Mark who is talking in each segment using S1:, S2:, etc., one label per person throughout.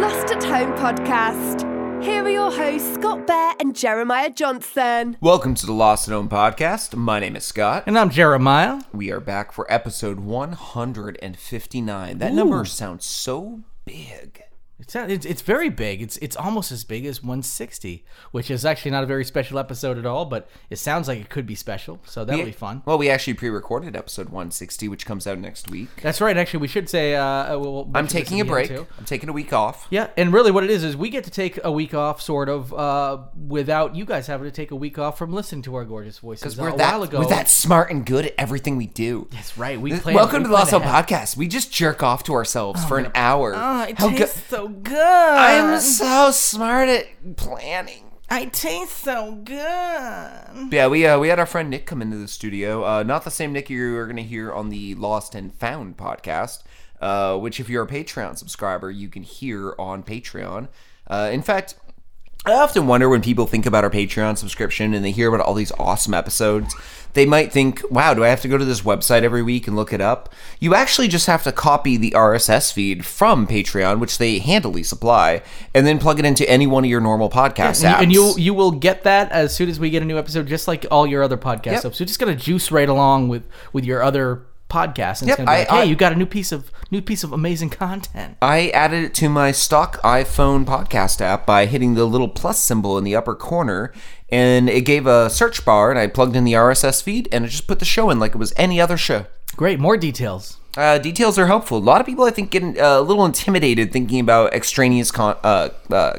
S1: Home podcast. Here are your hosts, Scott Bear and Jeremiah Johnson.
S2: Welcome to the Lost and Home podcast. My name is Scott.
S3: And I'm Jeremiah.
S2: We are back for episode 159. That number sounds so big.
S3: It's, uh, it's it's very big. It's it's almost as big as 160, which is actually not a very special episode at all. But it sounds like it could be special, so that'll be fun.
S2: Well, we actually pre-recorded episode 160, which comes out next week.
S3: That's right. Actually, we should say uh, we'll, we'll
S2: I'm
S3: mention this
S2: taking a
S3: in the end,
S2: break.
S3: too.
S2: I'm taking a week off.
S3: Yeah, and really, what it is is we get to take a week off, sort of, uh, without you guys having to take a week off from listening to our gorgeous voices.
S2: We're
S3: a
S2: that,
S3: while ago,
S2: we're that smart and good at everything we do.
S3: That's right. We
S2: Th-
S3: planned-
S2: Welcome
S3: we
S2: to the Lost Home
S3: planned ahead.
S2: podcast. We just jerk off to ourselves for an hour.
S3: Oh, it
S2: How go-
S3: tastes so good.
S2: I'm so smart at planning.
S3: I taste so good.
S2: Yeah, we uh, we had our friend Nick come into the studio. Uh, not the same Nick you are going to hear on the Lost and Found podcast, uh, which if you're a Patreon subscriber, you can hear on Patreon. Uh, in fact, I often wonder when people think about our Patreon subscription and they hear about all these awesome episodes, they might think, "Wow, do I have to go to this website every week and look it up?" You actually just have to copy the RSS feed from Patreon, which they handily supply, and then plug it into any one of your normal podcast apps.
S3: And you you will get that as soon as we get a new episode, just like all your other podcast
S2: Yep.
S3: episodes. You're just gonna juice right along with with your other podcasts. And
S2: Yep,
S3: it's gonna be
S2: I-
S3: like, hey,
S2: I-
S3: you got a new piece of new piece of amazing content.
S2: I added it to my stock iPhone podcast app by hitting the little plus symbol in the upper corner, and it gave a search bar, and I plugged in the RSS feed, and it just put the show in like it was any other show.
S3: Great, more details.
S2: Uh, details are helpful. A lot of people, I think, get uh, a little intimidated thinking about extraneous con- uh, uh,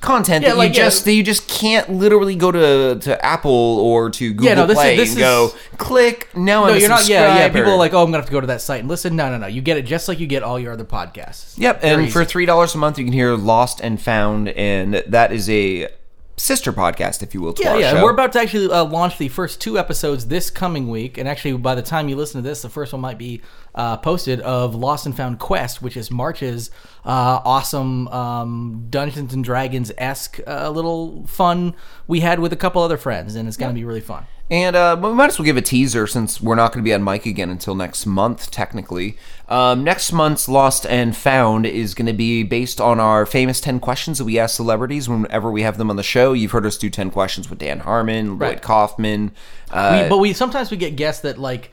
S2: content that
S3: like,
S2: you
S3: yeah.
S2: just that you just can't literally go to, to Apple or to Google
S3: Yeah, no, this is-
S2: Play
S3: this
S2: and
S3: is-
S2: go click. Now I'm
S3: No,
S2: a
S3: you're not. Yeah, yeah.
S2: subscriber."
S3: People are like, oh, I'm gonna have to go to that site and listen. No, no, no. You get it just like you get all your other podcasts.
S2: Yep,
S3: Very
S2: and for
S3: easy.
S2: three dollars a month, you can hear Lost and Found, and that is a sister podcast, if you will. To
S3: Yeah,
S2: our
S3: yeah.
S2: show.
S3: And we're about to actually uh, launch the first two episodes this coming week. And actually, by the time you listen to this, the first one might be uh, posted of Lost and Found Quest, which is March's uh, awesome um, Dungeons and Dragons esque uh, little fun we had with a couple other friends. And it's going to be really fun.
S2: And uh, we might as well give a teaser since we're not going to be on mic again until next month, technically. Um, next month's Lost and Found is going to be based on our famous 10 questions that we ask celebrities whenever we have them on the show. You've heard us do 10 questions with Dan Harmon, Lloyd
S3: Right.
S2: Kaufman. Uh,
S3: we, but we sometimes we get guests that like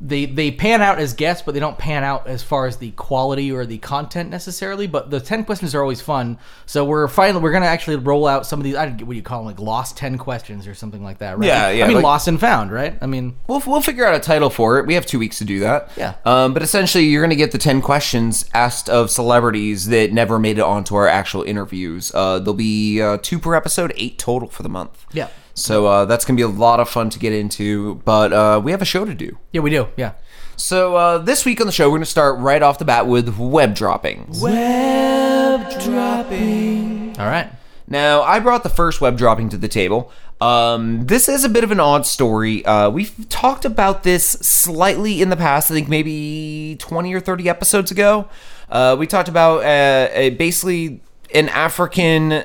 S3: they they pan out as guests, but they don't pan out as far as the quality or the content necessarily. But the ten questions are always fun, so we're finally we're gonna actually roll out some of these. I don't get what do you call them, like lost ten questions or something like that, right?
S2: Yeah, yeah,
S3: I mean,
S2: like-
S3: lost and found, right? I mean,
S2: We'll, we'll figure out a title for it. We have two weeks to do that.
S3: Yeah.
S2: Um, but essentially, you're going to get the 10 questions asked of celebrities that never made it onto our actual interviews. Uh, there'll be uh, two per episode, eight total for the month.
S3: Yeah.
S2: So uh, that's going to be a lot of fun to get into, but uh, we have a show to do.
S3: yeah, we do. Yeah,
S2: So uh, this week on the show, we're going to start right off the bat with web droppings.
S3: all right.
S2: Now, I brought the first web dropping to the table. Um, this is a bit of an odd story. Uh, we've talked about this slightly in the past, I think maybe 20 or 30 episodes ago. Uh, we talked about uh, a, basically an African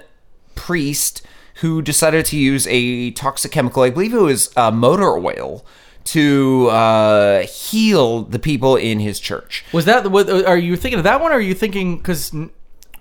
S2: priest who decided to use a toxic chemical, I believe it was uh, motor oil, to uh, heal the people in his church.
S3: Was that the- what? uh, Are you thinking of that one? or Are you thinking because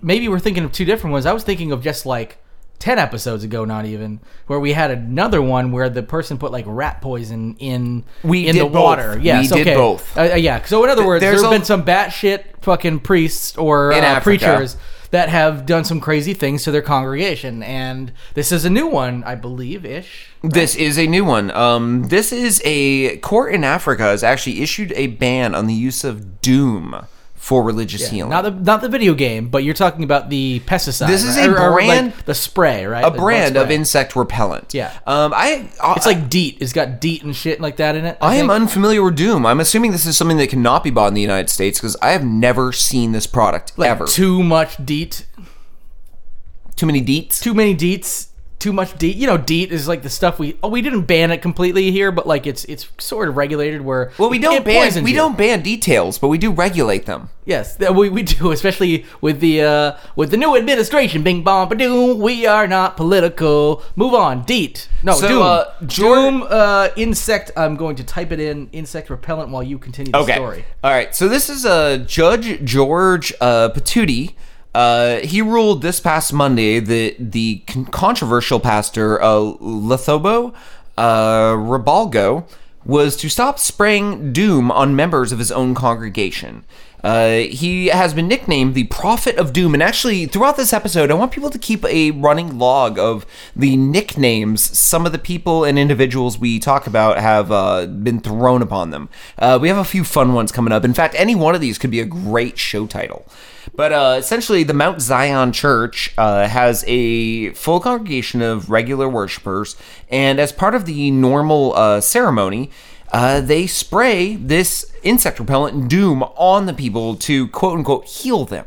S3: maybe we're thinking of two different ones? I was thinking of just like ten episodes ago, not even where we had another one where the person put like rat poison in
S2: We
S3: in
S2: did
S3: the
S2: both.
S3: water.
S2: We
S3: Yes,
S2: did
S3: okay.
S2: both.
S3: Uh, uh, yeah. So in other words,
S2: there's
S3: there's
S2: a-
S3: been some batshit fucking priests or
S2: In
S3: uh,
S2: Africa.
S3: preachers that have done some crazy things to their congregation, and this is a new one, I believe, ish.
S2: This is a new one. Um, this is a court in Africa has actually issued a ban on the use of doom for religious healing.
S3: Not the not the video game, but you're talking about the pesticide.
S2: This is
S3: right?
S2: a
S3: Or- or, like,
S2: brand-
S3: the spray, right?
S2: a brand of
S3: insect.
S2: insect repellent.
S3: Yeah.
S2: Um, I
S3: It's like DEET. It's got DEET and shit like that in it.
S2: I am
S3: think.
S2: unfamiliar with doom. I'm assuming this is something that cannot be bought in the United States because I have never seen this product ever. Too,
S3: too much DEET.
S2: many deets.
S3: Too many DEETs. Too much DEET. You know, DEET is like the stuff we. Oh, we didn't ban it completely here, but like it's it's sort of regulated where.
S2: well, we
S3: it-
S2: don't
S3: it
S2: ban
S3: poisons
S2: we
S3: you.
S2: don't ban details, but we do regulate them.
S3: Yes, that we, we do, especially with the uh with the new administration. Bing bong ba doom. We are not political. Move on. DEET. No
S2: So,
S3: doom.
S2: uh, Jor-
S3: doom. Uh, insect. I'm going to type it in. Insect repellent while you continue the story.
S2: All right. So this is uh, Judge George uh, Patudi Uh, he ruled this past Monday that the con- controversial pastor uh, Lethobo uh, Ribalgo was to stop spraying doom on members of his own congregation. Uh, he has been nicknamed the Prophet of Doom, and actually, throughout this episode, I want people to keep a running log of the nicknames some of the people and individuals we talk about have uh, been thrown upon them. Uh, we have a few fun ones coming up. In fact, any one of these could be a great show title. But uh, essentially, the Mount Zion Church uh, has a full congregation of regular worshipers, and as part of the normal uh, ceremony, uh, they spray this insect repellent doom on the people to quote unquote heal them.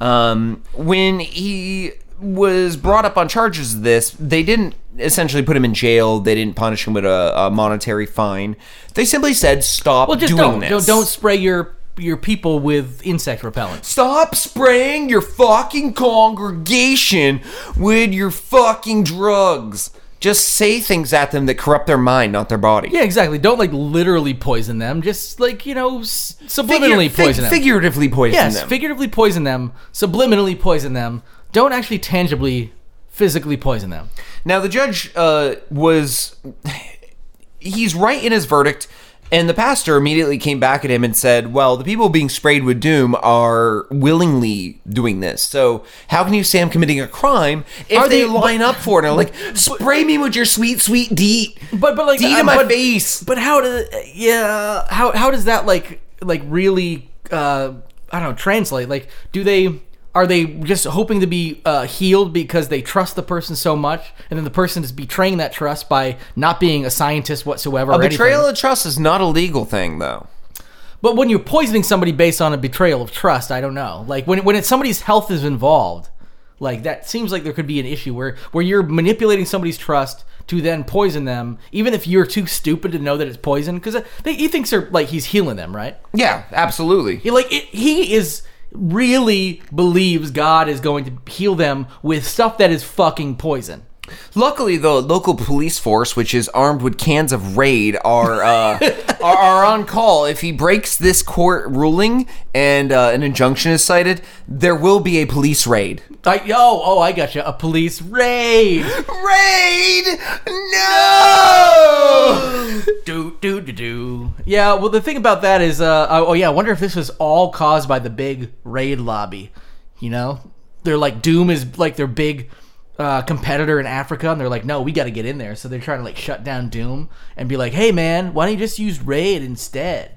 S2: Um, when he was brought up on charges of this, they didn't essentially put him in jail. They didn't punish him with a, a monetary fine. They simply said, "Stop
S3: Well, just
S2: doing
S3: don't,
S2: this.
S3: don't don't spray your your people with insect repellent.
S2: Stop spraying your fucking congregation with your fucking drugs. Just say things at them that corrupt their mind, not their body.
S3: Yeah, exactly. Don't like literally poison them. Just like you know, s-
S2: Figure-
S3: subliminally
S2: fig-
S3: poison them.
S2: Figuratively poison
S3: yes,
S2: them.
S3: figuratively poison them. Subliminally poison them. Don't actually tangibly, physically poison them.
S2: Now the judge uh, was he's right in his verdict, and the pastor immediately came back at him and said, "Well, the people being sprayed with doom are willingly doing this. So how can you say I'm committing a crime if
S3: Are
S2: they,
S3: they-
S2: line up for it? And are like, spray me with your sweet, sweet deet,
S3: But but like
S2: deet
S3: uh,
S2: in my
S3: but,
S2: face."
S3: But how does yeah how how does that like like really uh I don't know translate like do they are they just hoping to be uh, healed because they trust the person so much and then the person is betraying that trust by not being a scientist whatsoever
S2: A
S3: or
S2: betrayal
S3: anything.
S2: of trust is not a legal thing, though.
S3: but when you're poisoning somebody based on a betrayal of trust I don't know like when when it's somebody's health is involved like that seems like there could be an issue where where you're manipulating somebody's trust to then poison them even if you're too stupid to know that it's poison because he thinks they're like he's healing them right
S2: Yeah, absolutely.
S3: He, like it, he is really believes God is going to heal them with stuff that is fucking poison.
S2: Luckily, the local police force, which is armed with cans of Raid, are uh, are, are on call. If he breaks this court ruling and uh, an injunction is cited, there will be a police raid.
S3: Like yo, oh, I got you. A police raid.
S2: Raid! No!
S3: do do do do. Yeah. Well, the thing about that is, uh, oh oh, yeah, I wonder if this was all caused by the big raid lobby. You know, they're like Doom is like their big. Uh, competitor in Africa, and they're like, "No, we got to get in there." So they're trying to like shut down Doom and be like, "Hey, man, why don't you just use Raid instead?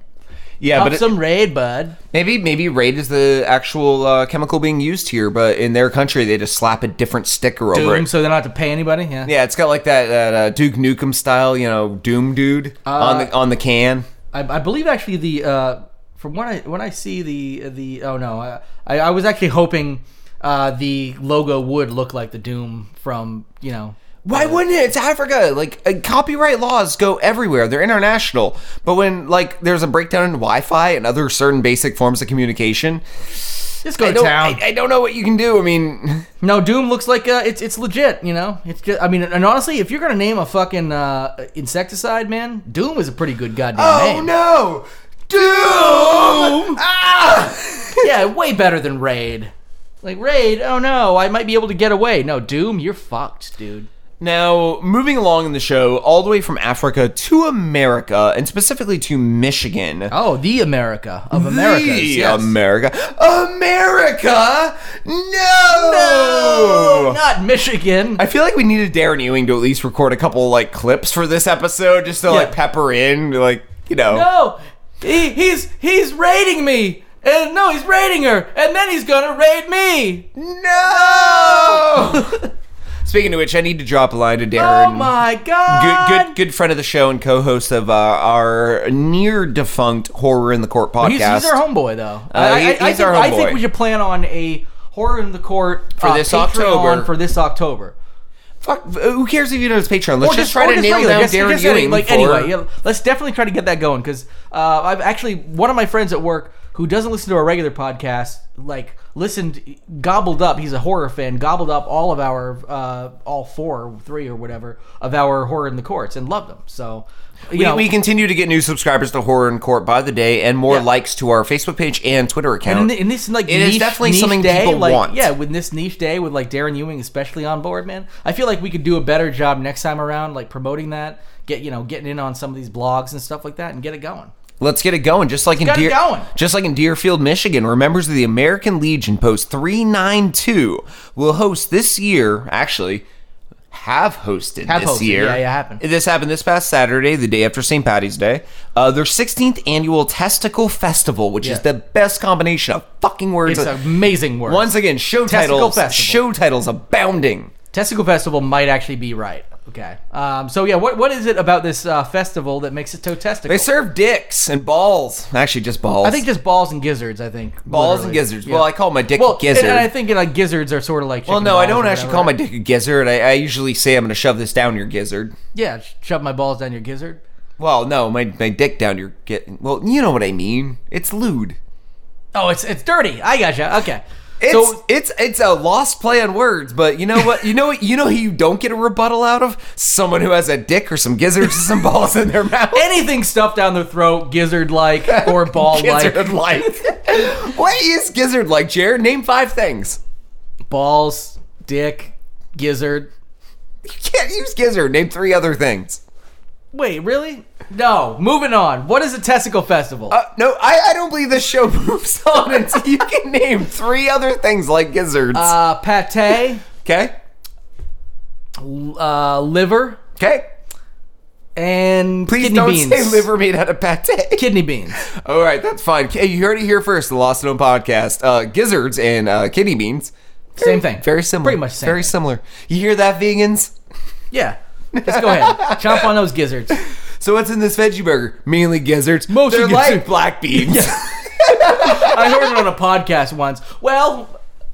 S2: Yeah,
S3: Up
S2: but it-
S3: some Raid, bud."
S2: maybe maybe Raid is the actual uh, chemical being used here, but in their country they just slap a different sticker over
S3: Doom,
S2: it.
S3: so they don't have to pay anybody. Yeah.
S2: Yeah, it's got like that, that uh, Duke Nukem style, you know, Doom dude on the on the can.
S3: I, I believe actually the uh, from when I when I see the the oh no I I, I was actually hoping uh, the logo would look like the Doom from you know
S2: Why wouldn't it? It's Africa. Like uh, copyright laws go everywhere. They're international. But when like there's a breakdown in Wi-Fi and other certain basic forms of communication,
S3: just go
S2: I
S3: to
S2: don't,
S3: town.
S2: I, I don't know what you can do. I mean,
S3: no, Doom looks like uh, it's it's legit. You know, it's just I mean, and honestly, if you're gonna name a fucking uh, insecticide, man, Doom is a pretty good goddamn name.
S2: Oh, no, doom! Ah!
S3: yeah, way better than Raid. Like Raid, oh no, I might be able to get away. No, Doom, you're fucked, dude.
S2: Now, moving along in the show, all the way from Africa to America, and specifically to Michigan.
S3: Oh, the America of America.
S2: The America. America! No!
S3: No, not Michigan.
S2: I feel like we needed Darren Ewing to at least record a couple like clips for this episode, just to like
S3: Yeah.
S2: pepper in, like you know.
S3: no, he, he's he's raiding me, and no, he's raiding her, and then he's gonna raid me.
S2: No! Speaking of which, I need to drop a line to Darren.
S3: Oh my
S2: Good,
S3: god!
S2: good, good friend of the show and co-host of uh, our near defunct horror in the court podcast.
S3: He's, he's our homeboy though. Uh, I,
S2: he-
S3: I- I
S2: he's
S3: think,
S2: our
S3: I think
S2: homeboy.
S3: we should plan on a horror in the court for
S2: this October.
S3: For this October.
S2: Fuck, who cares if you know his Patreon? Let's
S3: Or
S2: just, try
S3: or
S2: to nail
S3: regular,
S2: down
S3: just-
S2: Darren
S3: just
S2: Ewing.
S3: any- Like
S2: for-
S3: anyway, yeah, let's definitely try to get that going because uh, I've actually one of my friends at work who doesn't listen to our regular podcast, like listened, gobbled up. He's a horror fan, gobbled up all of our, uh, all four, three or whatever of our horror in the courts and loved them. So, you
S2: We,
S3: know,
S2: we continue to get new subscribers to Horror in Court by the day, and more
S3: Yeah.
S2: likes to our Facebook page and Twitter account.
S3: And, in, in this like
S2: It is
S3: niche,
S2: definitely
S3: niche
S2: something
S3: day,
S2: people
S3: like,
S2: want.
S3: Yeah, with this niche day with like Darren Ewing especially on board, man. I feel like we could do a better job next time around, like promoting that, get you know, getting in on some of these blogs and stuff like that, and get it going.
S2: Let's get it going, just like in
S3: get it
S2: Deer,
S3: going.
S2: just like in Deerfield, Michigan, where members of the American Legion Post 392 will host this year. Actually, have hosted
S3: Have
S2: this
S3: hosted,
S2: year.
S3: yeah, yeah, happened.
S2: This happened this past Saturday, the day after St. Patty's Day. Uh, their 16th annual Testicle Festival, which is
S3: Yeah.
S2: the best combination of fucking words.
S3: It's amazing work.
S2: Once again, show
S3: Testicle
S2: titles, show
S3: Festival.
S2: titles abounding.
S3: Testicle Festival might actually be right. Okay. Um, so yeah, what what is it about this uh, festival that makes it so testicle?
S2: They serve dicks and balls. Actually, just balls.
S3: I think just balls and gizzards. I think
S2: balls and
S3: literally.
S2: gizzards.
S3: Yeah.
S2: Well, I call my dick
S3: well,
S2: a gizzard.
S3: And, and I think like gizzards are sort of like.
S2: Well,
S3: chicken
S2: no, I
S3: balls
S2: don't
S3: or
S2: actually
S3: whatever.
S2: call my dick a gizzard. I, I usually say I'm going to shove this down your gizzard.
S3: Yeah, shove my balls down your gizzard.
S2: Well, no, my, my dick down your get. Well, you know what I mean. It's lewd.
S3: Oh, it's it's dirty. I gotcha. Okay.
S2: It's
S3: so
S2: it's it's a lost play on words, but you know what? You know what? You know who you don't get a rebuttal out of someone who has a dick or some gizzards and some balls in their mouth.
S3: anything stuffed down their throat, gizzard like or ball like,
S2: Gizzard like. what is gizzard like, Jared? Name five things.
S3: balls, dick, gizzard.
S2: You can't use gizzard. Name three other things.
S3: Wait, really? No. Moving on. What is a testicle festival?
S2: Uh, no, I, I don't believe this show moves on until you can name three other things like gizzards.
S3: Uh, pate,
S2: okay.
S3: uh, liver,
S2: Okay.
S3: and
S2: Please
S3: kidney
S2: don't
S3: beans.
S2: say liver made out of pate.
S3: Kidney beans.
S2: All right, that's fine. Hey, you heard it here first. The Lost and Known podcast. Uh, gizzards and uh, kidney beans.
S3: Same thing.
S2: Very similar.
S3: Pretty much same.
S2: Very
S3: thing.
S2: similar. You hear that, vegans?
S3: Yeah. Let's go ahead. Chomp on those gizzards.
S2: So what's in this veggie burger? Mainly gizzards.
S3: Mostly
S2: They're like
S3: gizzards.
S2: black beans.
S3: I heard it on a podcast once. Well,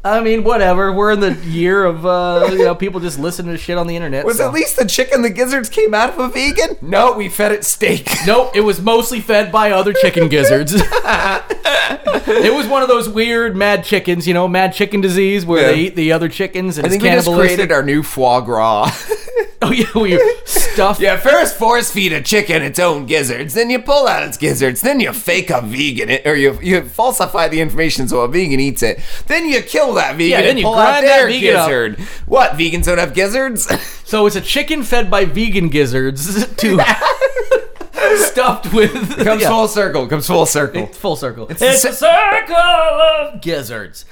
S3: I mean, whatever. We're in the year of uh, you know people just listening to shit on the internet.
S2: Was
S3: so-
S2: at least the chicken the gizzards came out of a vegan? No, we fed it steak.
S3: Nope, it was mostly fed by other chicken gizzards. it was one of those weird mad chickens, you know, mad chicken disease where they
S2: Yeah.
S3: eat the other chickens and
S2: I think
S3: it's
S2: we just created
S3: cannibalistic.
S2: our new foie gras.
S3: oh yeah, we stuff.
S2: Yeah, first force feed a chicken its own gizzards, then you pull out its gizzards, then you fake a vegan, it, or you, you falsify the information so a vegan eats it. Then you kill that vegan
S3: Yeah, then
S2: and
S3: you
S2: pull out
S3: grind that
S2: their
S3: vegan up.
S2: gizzard. What, vegans don't have gizzards?
S3: So it's a chicken fed by vegan gizzards to stuffed with
S2: comes
S3: yeah,
S2: full circle, comes full circle.
S3: it's full circle. It's,
S2: the
S3: a circle of gizzards.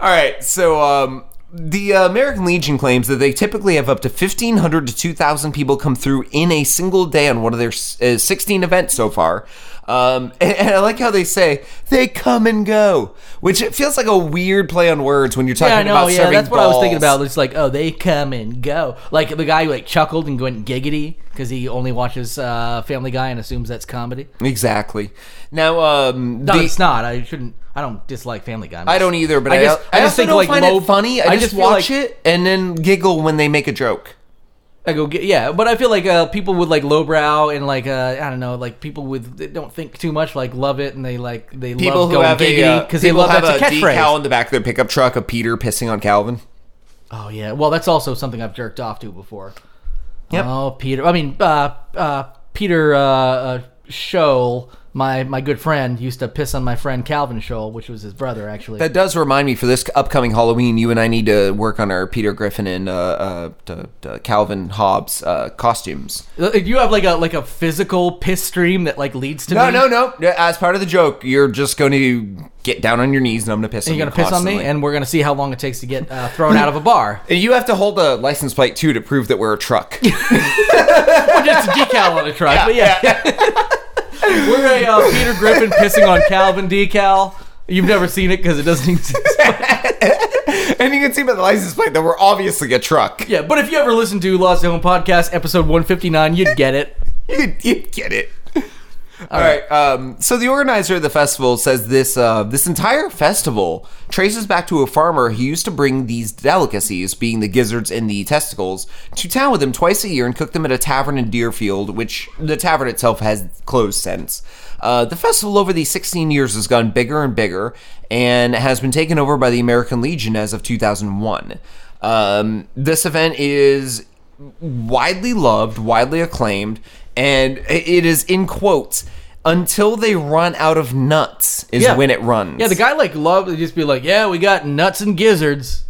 S2: All right, so um, the uh, American Legion claims that they typically have up to 1,500 to 2,000 people come through in a single day on one of their uh, 16 events so far. Um, and, and I like how they say they come and go, which it feels like a weird play on words when you're talking
S3: Yeah, I know.
S2: about
S3: Yeah,
S2: serving
S3: that's what I was thinking
S2: balls.
S3: about. It's like, oh, they come and go. Like the guy who like chuckled and went giggity because he only watches uh, Family Guy and assumes that's comedy.
S2: Exactly. Now, um,
S3: No,
S2: the-
S3: it's not. I shouldn't. I don't dislike Family Guy.
S2: I don't either, but
S3: I
S2: I, I,
S3: just- I just
S2: also
S3: think,
S2: don't
S3: like,
S2: find
S3: low-
S2: it funny. I,
S3: I
S2: just,
S3: just feel
S2: watch
S3: like-
S2: it and then giggle when they make a joke.
S3: I go get yeah, but I feel like uh, people with like lowbrow and like uh, I don't know, like people with that don't think too much like love it and they like they
S2: People
S3: love
S2: who
S3: going
S2: have a uh,
S3: giggity because they love
S2: have
S3: that's a, catchphrase.
S2: decal in the back of their pickup truck of Peter pissing on Calvin.
S3: Oh yeah, well that's also something I've jerked off to before.
S2: Yep.
S3: Oh Peter, I mean uh, uh, Peter uh, uh, Scholl, my my good friend used to piss on my friend Calvin Scholl, which was his brother actually.
S2: That does remind me for this upcoming Halloween, you and I need to work on our Peter Griffin and uh, uh, d- d- Calvin Hobbes uh, costumes.
S3: Uh, you have like a like a physical piss stream that like leads to
S2: No,
S3: me?
S2: no, no. As part of the joke, you're just going to get down on your knees and I'm going to piss
S3: You're
S2: on
S3: gonna
S2: you
S3: piss on me,
S2: constantly.
S3: and we're gonna see how long it takes to get uh, thrown out of a bar.
S2: And you have to hold a license plate too to prove that we're a truck.
S3: Well, just a decal on a truck, but yeah. We're a uh, Peter Griffin pissing on Calvin decal. You've never seen it because it doesn't exist.
S2: and you can see by the license plate that we're obviously a truck.
S3: yeah, but if you ever listen to Lost at Home podcast episode 159, you'd get it.
S2: You, you get it. All right. Um, so the organizer of the festival says this uh, this entire festival traces back to a farmer who used to bring these delicacies, being the gizzards and the testicles, to town with him twice a year and cook them at a tavern in Deerfield, which the tavern itself has closed since. Uh, the festival over these 16 years has gone bigger and bigger and has been taken over by the American Legion as of 2001. Um, this event is widely loved, widely acclaimed, and it is in quotes until they run out of nuts is when it runs.
S3: Yeah, the guy like loved to just be like, yeah, we got nuts and gizzards.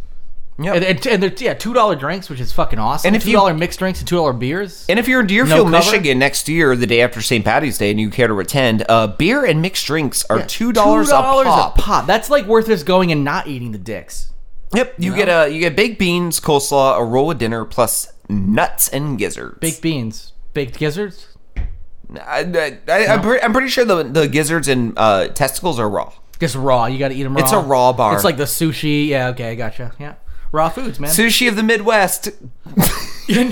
S2: Yep.
S3: And, and, and they're yeah two dollar drinks, which is fucking awesome.
S2: And
S3: And
S2: if
S3: if
S2: you-
S3: two dollar mixed drinks and two dollar beers,
S2: And if you're in Deerfield,
S3: No cover?
S2: Michigan next year, the day after St. Patty's Day, and you care to attend, uh, beer and mixed drinks are two dollars a
S3: $2
S2: pop.
S3: That's like worth us going and not eating the dicks.
S2: Yep, you get a you get baked beans, coleslaw, a roll of dinner, plus nuts and gizzards.
S3: Baked beans, baked gizzards.
S2: I, am pre- I'm pretty sure the the gizzards and uh, testicles are raw.
S3: Just raw. You got to eat them raw.
S2: It's a raw bar.
S3: It's like the sushi. Yeah, okay, I gotcha. Yeah, raw foods, man.
S2: Sushi of the Midwest
S3: and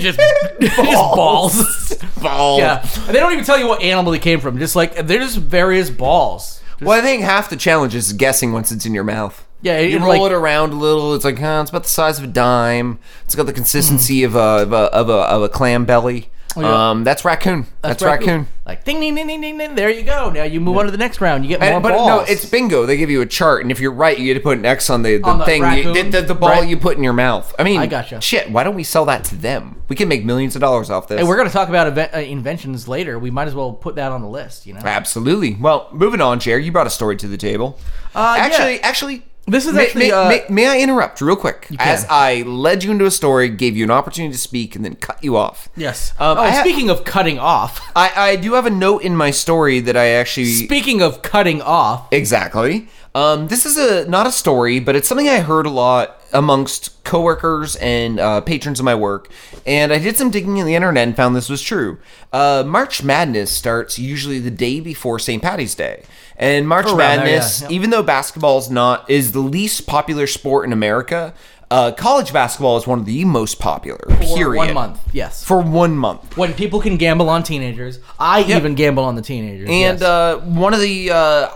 S3: just just balls.
S2: balls.
S3: yeah, and they don't even tell you what animal they came from. Just like they're just various balls.
S2: Well, I think half the challenge is guessing once it's in your mouth.
S3: Yeah,
S2: you
S3: and
S2: roll
S3: like-
S2: it around a little. It's like, huh, it's about the size of a dime. It's got the consistency of, a, of a of a of a clam belly.
S3: Hmm. Oh, yeah.
S2: Um, that's raccoon. That's, raccoon.
S3: Like ding ding ding ding ding ding. There you go. Now you move on to the next round. You get more
S2: And, but
S3: balls.
S2: no, it's bingo. They give you a chart, and if you're right, you get to put an X on the, the
S3: On the
S2: thing, you, the,
S3: raccoon,
S2: the, the ball
S3: right.
S2: you put in your mouth. I mean,
S3: I gotcha.
S2: Shit, why don't we sell that to them? We can make millions of dollars off this.
S3: And we're gonna talk about event, uh, inventions later. We might as well put that on the list. You know.
S2: Absolutely. Well, moving on, Jerry. You brought a story to the table.
S3: Uh, yeah.
S2: actually, actually,
S3: This is
S2: may,
S3: actually,
S2: may,
S3: uh,
S2: may, may I interrupt real quick?
S3: can.
S2: As I led you into a story, gave you an opportunity to speak, and then cut you off.
S3: Yes.
S2: Um,
S3: oh,
S2: I ha-
S3: speaking of cutting off.
S2: I, I do have a note in my story that I actually
S3: Speaking of cutting off.
S2: exactly. Um, this is a not a story, but it's something I heard a lot amongst coworkers and uh, patrons of my work, and I did some digging in the internet and found this was true. Uh, March Madness starts usually the day before St. Patty's Day, and March
S3: Around Oh, there,
S2: Madness,
S3: yeah.
S2: even though basketball is not is the least popular sport in America, uh, college basketball is one of the most popular.
S3: for
S2: period.
S3: One month. Yes.
S2: For one month.
S3: when people can gamble on teenagers, I even gamble on the teenagers.
S2: And
S3: yes.
S2: uh, one of the uh,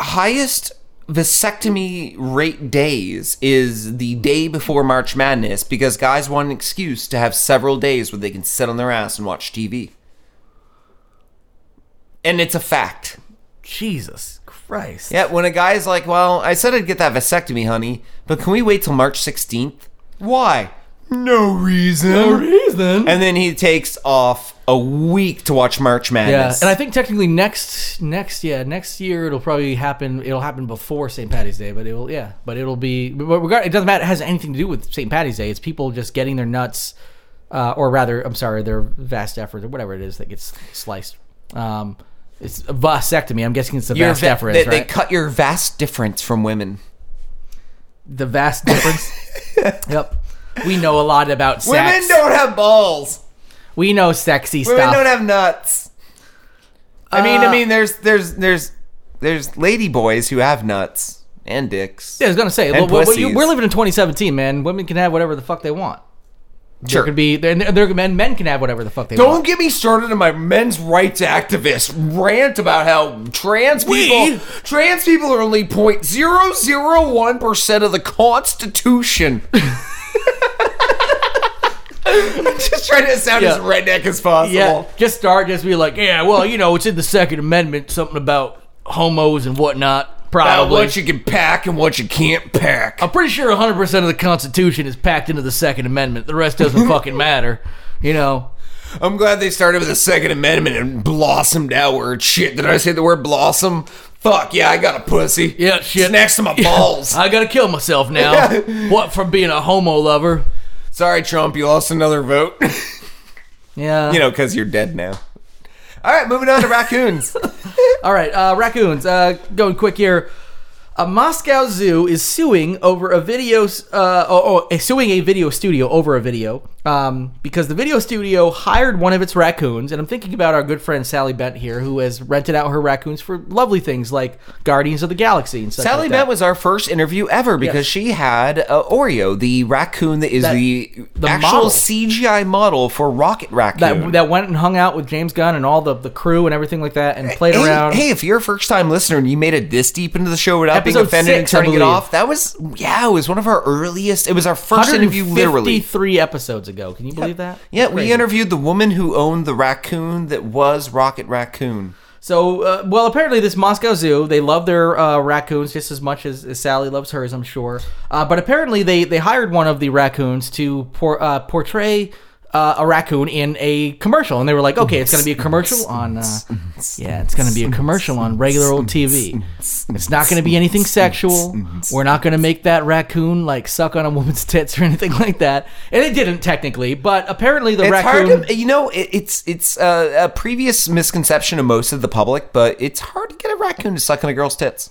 S2: highest vasectomy rate days is the day before March Madness because guys want an excuse to have several days where they can sit on their ass and watch TV. And it's a fact.
S3: Jesus Christ.
S2: Yeah, when a guy's like, well, I said I'd get that vasectomy, honey, but can we wait till March 16th? Why? No reason.
S3: reason.
S2: And then he takes off a week to watch March
S3: Yeah,
S2: Madness.
S3: and I think technically next next yeah next year it'll probably happen. It'll happen before St. Patty's Day, but it will yeah, but it'll be. But regard, it doesn't matter. It has anything to do with St. Patty's Day. It's people just getting their nuts, uh, or rather, I'm sorry, their vast effort or whatever it is that gets sliced. Um, it's a vasectomy. I'm guessing it's the
S2: Your
S3: vast
S2: va-
S3: difference,
S2: they, they
S3: right?
S2: cut your vast difference from women.
S3: the vast difference. yep. We know a lot about sex.
S2: have balls.
S3: we know sexy stuff.
S2: have nuts. I mean, I
S3: Uh,
S2: mean, there's there's there's there's lady boys who have nuts and dicks.
S3: yeah, I was gonna say,
S2: And
S3: well, well, you-
S2: pussies.
S3: we're living in 2017, man. Women can have whatever the fuck they want.
S2: Sure.
S3: There could be there, there men men can have whatever the fuck they
S2: Don't
S3: want.
S2: get me started on my men's rights activist rant about how trans
S3: We-
S2: people trans people are only 0.001 percent of the Constitution. I'm just trying to sound
S3: Yeah.
S2: as redneck as possible.
S3: Yeah, just start just be like, yeah, well, you know, it's in the Second Amendment, something about homos and whatnot.
S2: About
S3: Probably, Um,
S2: what you can pack and what you can't pack.
S3: I'm pretty sure 100 percent of the Constitution is packed into the Second Amendment. The rest doesn't fucking matter, you know.
S2: I'm glad they started with the Second Amendment and blossomed outward. Shit, did I say the word blossom? Fuck yeah, I got a pussy.
S3: Yeah, shit.
S2: It's next to my balls.
S3: I gotta kill myself now. What for being a homo lover?
S2: Sorry, Trump, you lost another vote.
S3: Yeah.
S2: you know, because you're dead now. All right, moving on to raccoons.
S3: All right, uh, raccoons. Uh, going quick here. A Moscow zoo is suing over a video. Uh, oh, oh, suing a video studio over a video um, because the video studio hired one of its raccoons, and I'm thinking about our good friend Sally Bent here, who has rented out her raccoons for lovely things like Guardians of the Galaxy and such.
S2: Sally
S3: like that.
S2: Bent was our first interview ever because
S3: Yes.
S2: she had uh, Oreo, the raccoon that is
S3: That-
S2: the,
S3: the
S2: actual
S3: model.
S2: CGI model for Rocket Raccoon.
S3: that, that went and hung out with James Gunn and all the, the crew and everything like that, and played
S2: hey,
S3: around.
S2: hey, if you're a first time listener and you made it this deep into the show without being
S3: Episode
S2: offended
S3: six, I
S2: and turning it
S3: believe.
S2: off, that was yeah, it was one of our earliest. It was our first interview, literally.
S3: 153 episodes ago. Can you believe that?
S2: Yeah,
S3: That's
S2: we
S3: crazy.
S2: interviewed the woman who owned the raccoon that was Rocket Raccoon.
S3: So, uh, well, apparently, this Moscow Zoo, they love their uh, raccoons just as much as, as Sally loves hers, I'm sure. Uh, but apparently, they, they hired one of the raccoons to por- uh, portray uh, a raccoon in a commercial. And they were like, okay, it's going to be a commercial on. Uh, yeah, it's going to be a commercial on regular old TV. It's not going to be anything sexual. We're not going to make that raccoon, like, suck on a woman's tits or anything like that. And it didn't, technically. But apparently, the
S2: It's
S3: raccoon.
S2: hard to, you know, it, it's it's uh, a previous misconception of most of the public, but it's hard to get a raccoon to suck on a girl's tits.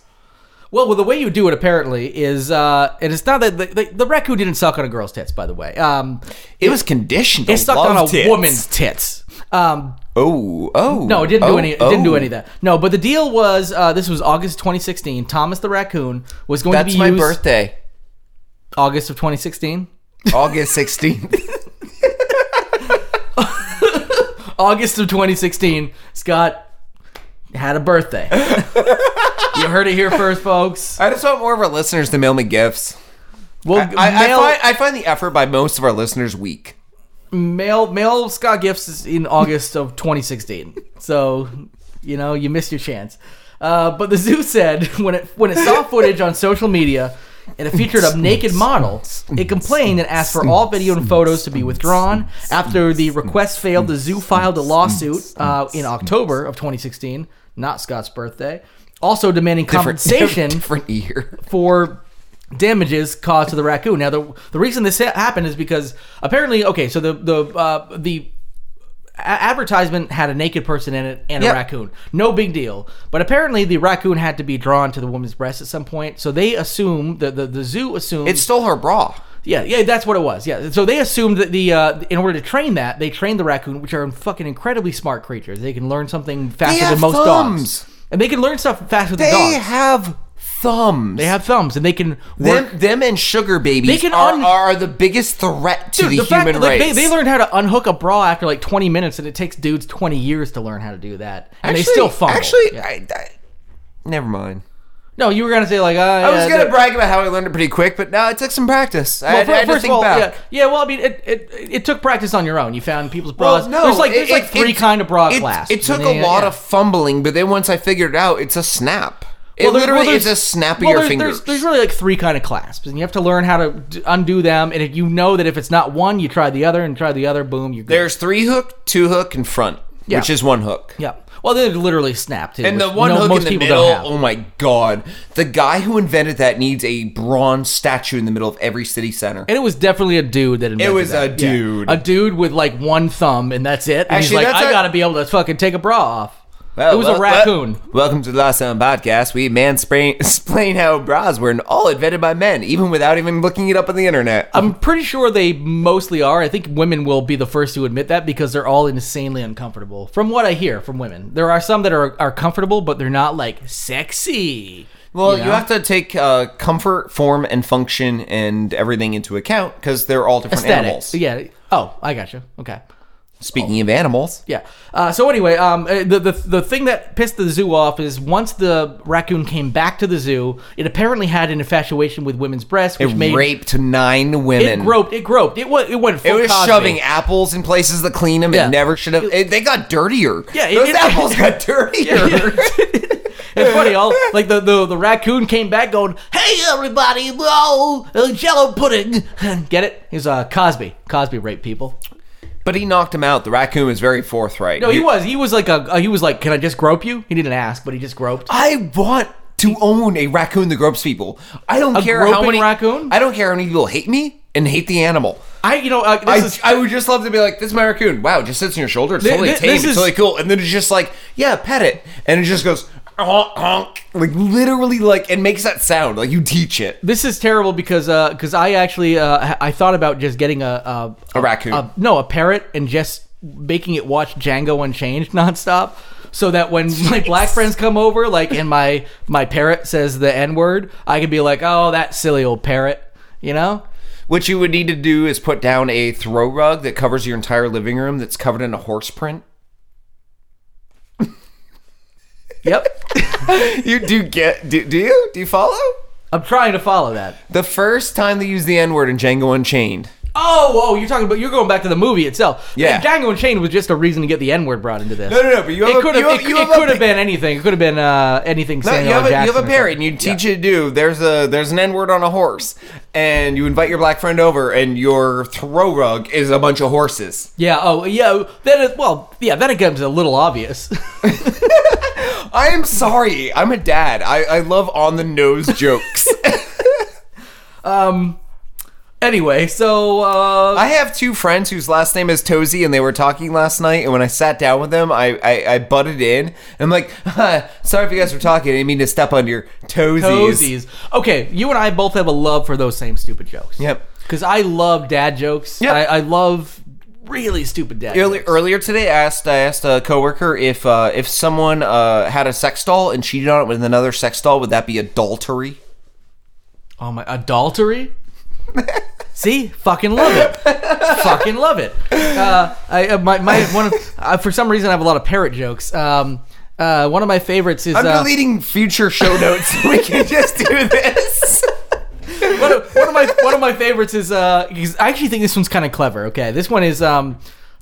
S3: Well, well, the way you do it apparently is, uh, and it's not that the, the, the raccoon didn't suck on a girl's tits, by the way. Um,
S2: It was conditioned. to
S3: it sucked
S2: love
S3: on a
S2: tits.
S3: woman's tits. Um,
S2: Oh, oh.
S3: no, it didn't
S2: oh,
S3: do any. It didn't do
S2: oh.
S3: any of that. No, but the deal was uh, this was August 2016. Thomas the raccoon was going
S2: That's
S3: to be
S2: my
S3: used
S2: birthday,
S3: August of 2016.
S2: August sixteenth.
S3: August of 2016, Scott had a birthday. you heard it here first, folks.
S2: I just want more of our listeners to mail me gifts.
S3: We'll
S2: I, I,
S3: Oh, mail-
S2: find, I find the effort by most of our listeners weak.
S3: mail mail Scott gifts is in August of 2016. So, you know, you missed your chance. Uh, but the zoo said when it when it saw footage on social media and it featured a naked model, it complained and asked for all video and photos to be withdrawn. After the request failed, the zoo filed a lawsuit uh, in October of 2016, not Scott's birthday, also demanding compensation
S2: different year.
S3: for damages caused to the raccoon. Now, the the reason this ha- happened is because apparently, okay, so the the uh, the a- advertisement had a naked person in it and
S2: Yep.
S3: a raccoon. No big deal. But apparently, the raccoon had to be drawn to the woman's breast at some point. So they assume the the, the zoo assumed
S2: It stole her bra.
S3: yeah, yeah, that's what it was. Yeah, so they assumed that the uh, in order to train that they trained the raccoon, which are fucking incredibly smart creatures. They can learn something faster
S2: have
S3: than most
S2: thumbs.
S3: dogs, and they can learn stuff faster
S2: They
S3: than dogs.
S2: have thumbs.
S3: they have thumbs, and they can work.
S2: them, them and sugar babies
S3: They can
S2: are,
S3: un-
S2: are the biggest threat to
S3: Dude,
S2: the,
S3: the fact
S2: human
S3: that, like,
S2: race.
S3: They, they learned how to unhook a bra after like 20 minutes, and it takes dudes 20 years to learn how to do that, and
S2: actually,
S3: they still fumble.
S2: Actually,
S3: Yeah.
S2: I, I, never mind.
S3: no, you were gonna say like uh,
S2: I was gonna brag about how I learned it pretty quick, but no, it took some practice. I, had- I had to think back.
S3: Yeah, yeah. Well, I mean, it, it it took practice on your own. You found people's bras.
S2: Well, no,
S3: there's like there's
S2: it-
S3: like
S2: it-
S3: three
S2: it-
S3: kind of bra
S2: it-
S3: clasps.
S2: It took
S3: and
S2: a
S3: they-
S2: lot
S3: yeah.
S2: of fumbling, but then once I figured it out, it's a snap. It
S3: Well, there-
S2: literally
S3: well,
S2: is a
S3: there's-
S2: snap of
S3: well,
S2: your
S3: there's,
S2: fingers.
S3: There's, there's really like three kind of clasps, and you have to learn how to d- undo them. And if you know that if it's not one, you try the other, and try the other. Boom, you're good.
S2: There's three hook, two hook, and front,
S3: Yeah.
S2: which is one hook.
S3: yeah. Well, they're literally snapped.
S2: And the one hook in
S3: most
S2: the
S3: people
S2: middle,
S3: don't have.
S2: oh my god. The guy who invented that needs a bronze statue in the middle of every city center.
S3: And it was definitely a dude that invented
S2: It was
S3: that.
S2: a dude.
S3: A dude with like one thumb and that's it. And
S2: Actually,
S3: he's like,
S2: that's
S3: I
S2: a-
S3: gotta be able to fucking take a bra off.
S2: Well,
S3: it was
S2: well,
S3: a
S2: well,
S3: raccoon.
S2: welcome to the Last Sound Podcast. We mansplain explain how bras were all invented by men, even without even looking it up on the internet.
S3: I'm pretty sure they mostly are. I think women will be the first to admit that because they're all insanely uncomfortable. From what I hear from women, there are some that are, are comfortable, but they're not like sexy.
S2: Well, you,
S3: know?
S2: have to take uh, comfort, form, and function, and everything into account because they're all different animals.
S3: aesthetics. Yeah. Oh, I gotcha. Okay.
S2: Speaking of animals,
S3: Yeah. Uh, so anyway, um, uh, the, the the thing that pissed the zoo off is once the raccoon came back to the zoo, it apparently had an infatuation with women's breasts, which
S2: it
S3: made
S2: raped nine women.
S3: it groped. It groped. It went. It went. Full
S2: It was
S3: Cosby.
S2: shoving apples in places to clean them.
S3: Yeah.
S2: It never should have. It, they got dirtier.
S3: Yeah, it-
S2: those
S3: it-
S2: apples got dirtier.
S3: It's funny, all like the, the the raccoon came back going, "Hey everybody, whoa, uh, Jello pudding." Get it? He's uh Cosby. Cosby raped people.
S2: But he knocked him out. The raccoon was very forthright.
S3: No, he was. He was like a. Uh, he was like, "Can I just grope you?" He didn't ask, but he just groped.
S2: I want to own a raccoon that gropes people. I don't care how
S3: groping
S2: many
S3: raccoon?
S2: I don't care how many people hate me and hate the animal.
S3: I, you know, uh,
S2: I,
S3: this is
S2: I would just love to be like, this is my raccoon. Wow, it just sits on your shoulder. It's
S3: Thi-
S2: totally
S3: thi-
S2: tame.
S3: this
S2: It's
S3: is-
S2: totally cool. And then it's just like, yeah, pet it. And it just goes, honk, honk, like literally, like and makes that sound. Like you teach it.
S3: This is terrible because because I actually uh, I thought about just getting a
S2: A raccoon.
S3: no a parrot and just making it watch Django Unchained nonstop. So that when my black friends come over, like, and my my parrot says the n word, I can be like, "Oh, that silly old parrot," you know.
S2: What you would need to do is put down a throw rug that covers your entire living room that's covered in a horse print.
S3: Yep,
S2: You do get do, do you? Do you follow?
S3: I'm trying to follow that.
S2: The first time they use the N word in Django Unchained.
S3: Oh, oh, you're talking about you're going back to the movie itself.
S2: Yeah.
S3: Django Unchained was just a reason to get the N word brought into this.
S2: No, no, no, but you have
S3: it
S2: a-
S3: could
S2: you
S3: have
S2: have-
S3: it,
S2: you
S3: it
S2: have a
S3: could have
S2: pa-
S3: been anything. It could have been uh, anything.
S2: No,
S3: Samuel
S2: you have, a,
S3: Jackson
S2: you have
S3: or
S2: a
S3: something.
S2: parrot and you teach it to do. There's a there's an N word on a horse, and you invite your black friend over, and your throw rug is a bunch of horses.
S3: Yeah. Oh, yeah. Then, it, well, yeah. Then it becomes a little obvious.
S2: I am sorry, I'm a dad. I, I love on the nose jokes.
S3: anyway, so uh,
S2: I have two friends whose last name is Tozy, and they were talking last night. And when I sat down with them, I I, I butted in. I'm like, sorry if you guys were talking. I didn't mean to step on your toesies.
S3: posies. Okay, you and I both have a love for those same stupid jokes.
S2: Yep.
S3: Because I love dad jokes.
S2: Yep.
S3: I, I love really stupid dad.
S2: Earlier,
S3: jokes.
S2: earlier today, I asked I asked a coworker if uh, if someone uh, had a sex doll and cheated on it with another sex doll, would that be adultery?
S3: Oh my adultery. See, fucking love it, fucking love it. Uh, I uh, my, my one of uh, for some reason I have a lot of parrot jokes. Um, uh, one of my favorites is
S2: I'm
S3: uh,
S2: deleting future show notes. we can just do this.
S3: one, of, one of my one of my favorites is uh, 'cause I actually think this one's kind of clever. Okay, this one is um,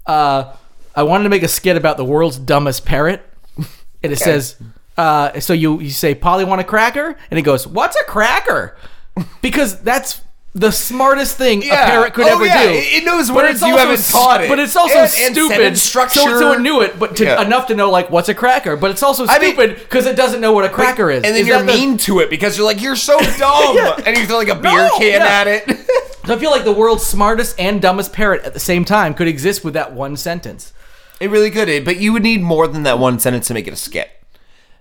S3: uh, I wanted to make a skit about the world's dumbest parrot, and it says, uh, so you you say Polly want a cracker, and it goes, what's a cracker? Because that's the smartest thing a
S2: Yeah.
S3: parrot could
S2: Oh,
S3: ever
S2: yeah.
S3: do.
S2: It- it knows
S3: But
S2: words
S3: it's
S2: you
S3: also
S2: haven't
S3: s-
S2: taught it.
S3: But it's also
S2: And- and
S3: stupid.
S2: sentence
S3: so- So,
S2: structure.
S3: it knew it, but to,
S2: Yeah.
S3: enough to know like what's a cracker. But it's also
S2: I mean-
S3: stupid because it doesn't know what a cracker is.
S2: And then
S3: Is
S2: you're
S3: that the-
S2: mean to it because you're like you're so dumb, and you throw like a beer
S3: No,
S2: can
S3: yeah.
S2: at it.
S3: So I feel like the world's smartest and dumbest parrot at the same time could exist with that one sentence.
S2: It really could, it- but you would need more than that one sentence to make it a skit.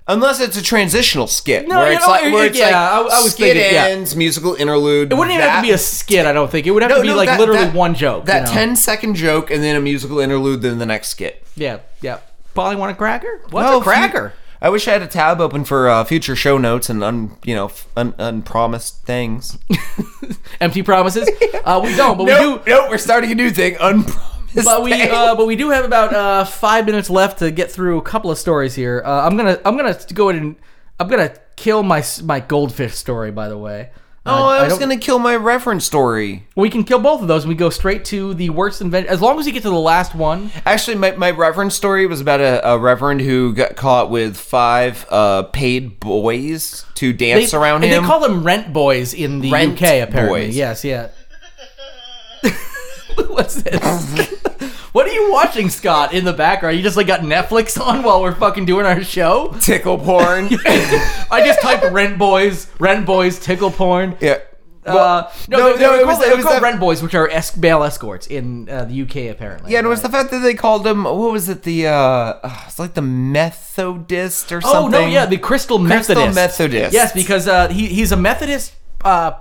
S2: Unless it's a transitional skit,
S3: No,
S2: where
S3: you
S2: it's
S3: know,
S2: like, where it's
S3: yeah,
S2: like
S3: I- I was
S2: skit
S3: thinking, yeah.
S2: ends, musical interlude.
S3: It wouldn't even have to be a skit, I don't think. It would have to be like literally one joke.
S2: That
S3: you know?
S2: ten second joke, and then a musical interlude, then the next skit.
S3: Yeah, yeah. Polly want a cracker? What's
S2: Oh,
S3: a cracker?
S2: I wish I had a tab open for uh, future show notes and un, you know, f- un, unpromised things.
S3: Empty promises? Uh, we don't, but we do.
S2: nope, we're starting a new thing. Unpromised.
S3: But we,
S2: things.
S3: uh, but we do have about uh, five minutes left to get through a couple of stories here. Uh, I'm gonna, I'm gonna go ahead and I'm gonna kill my s- my goldfish story. By the way,
S2: oh,
S3: Uh,
S2: I, was
S3: don't-
S2: gonna kill my reference story.
S3: We can kill both of those. and We go straight to the worst invention. As long as you get to the last one,
S2: Actually, my, my reverend story was about a, a reverend who got caught with five uh, paid boys to dance
S3: They-
S2: around
S3: and
S2: him.
S3: They call them rent boys in the
S2: Rent
S3: UK, apparently.
S2: boys.
S3: Yes, yeah. What's this? what are you watching, Scott, in the background? You just like got Netflix on while we're fucking doing our show?
S2: tickle porn.
S3: I just typed rent boys, rent boys, tickle porn.
S2: yeah.
S3: uh, no,
S2: no,
S3: they, they
S2: no,
S3: were
S2: it
S3: called,
S2: was-
S3: they
S2: it
S3: were
S2: was
S3: called
S2: that-
S3: rent boys, which are es- male escorts in uh, the UK, apparently.
S2: Yeah, and it was the fact that they called him. What was it? The uh, uh, it's like the Methodist or
S3: Oh
S2: something.
S3: no, yeah, the Crystal Methodist.
S2: Crystal Methodist.
S3: Yes, because uh, he he's a Methodist uh,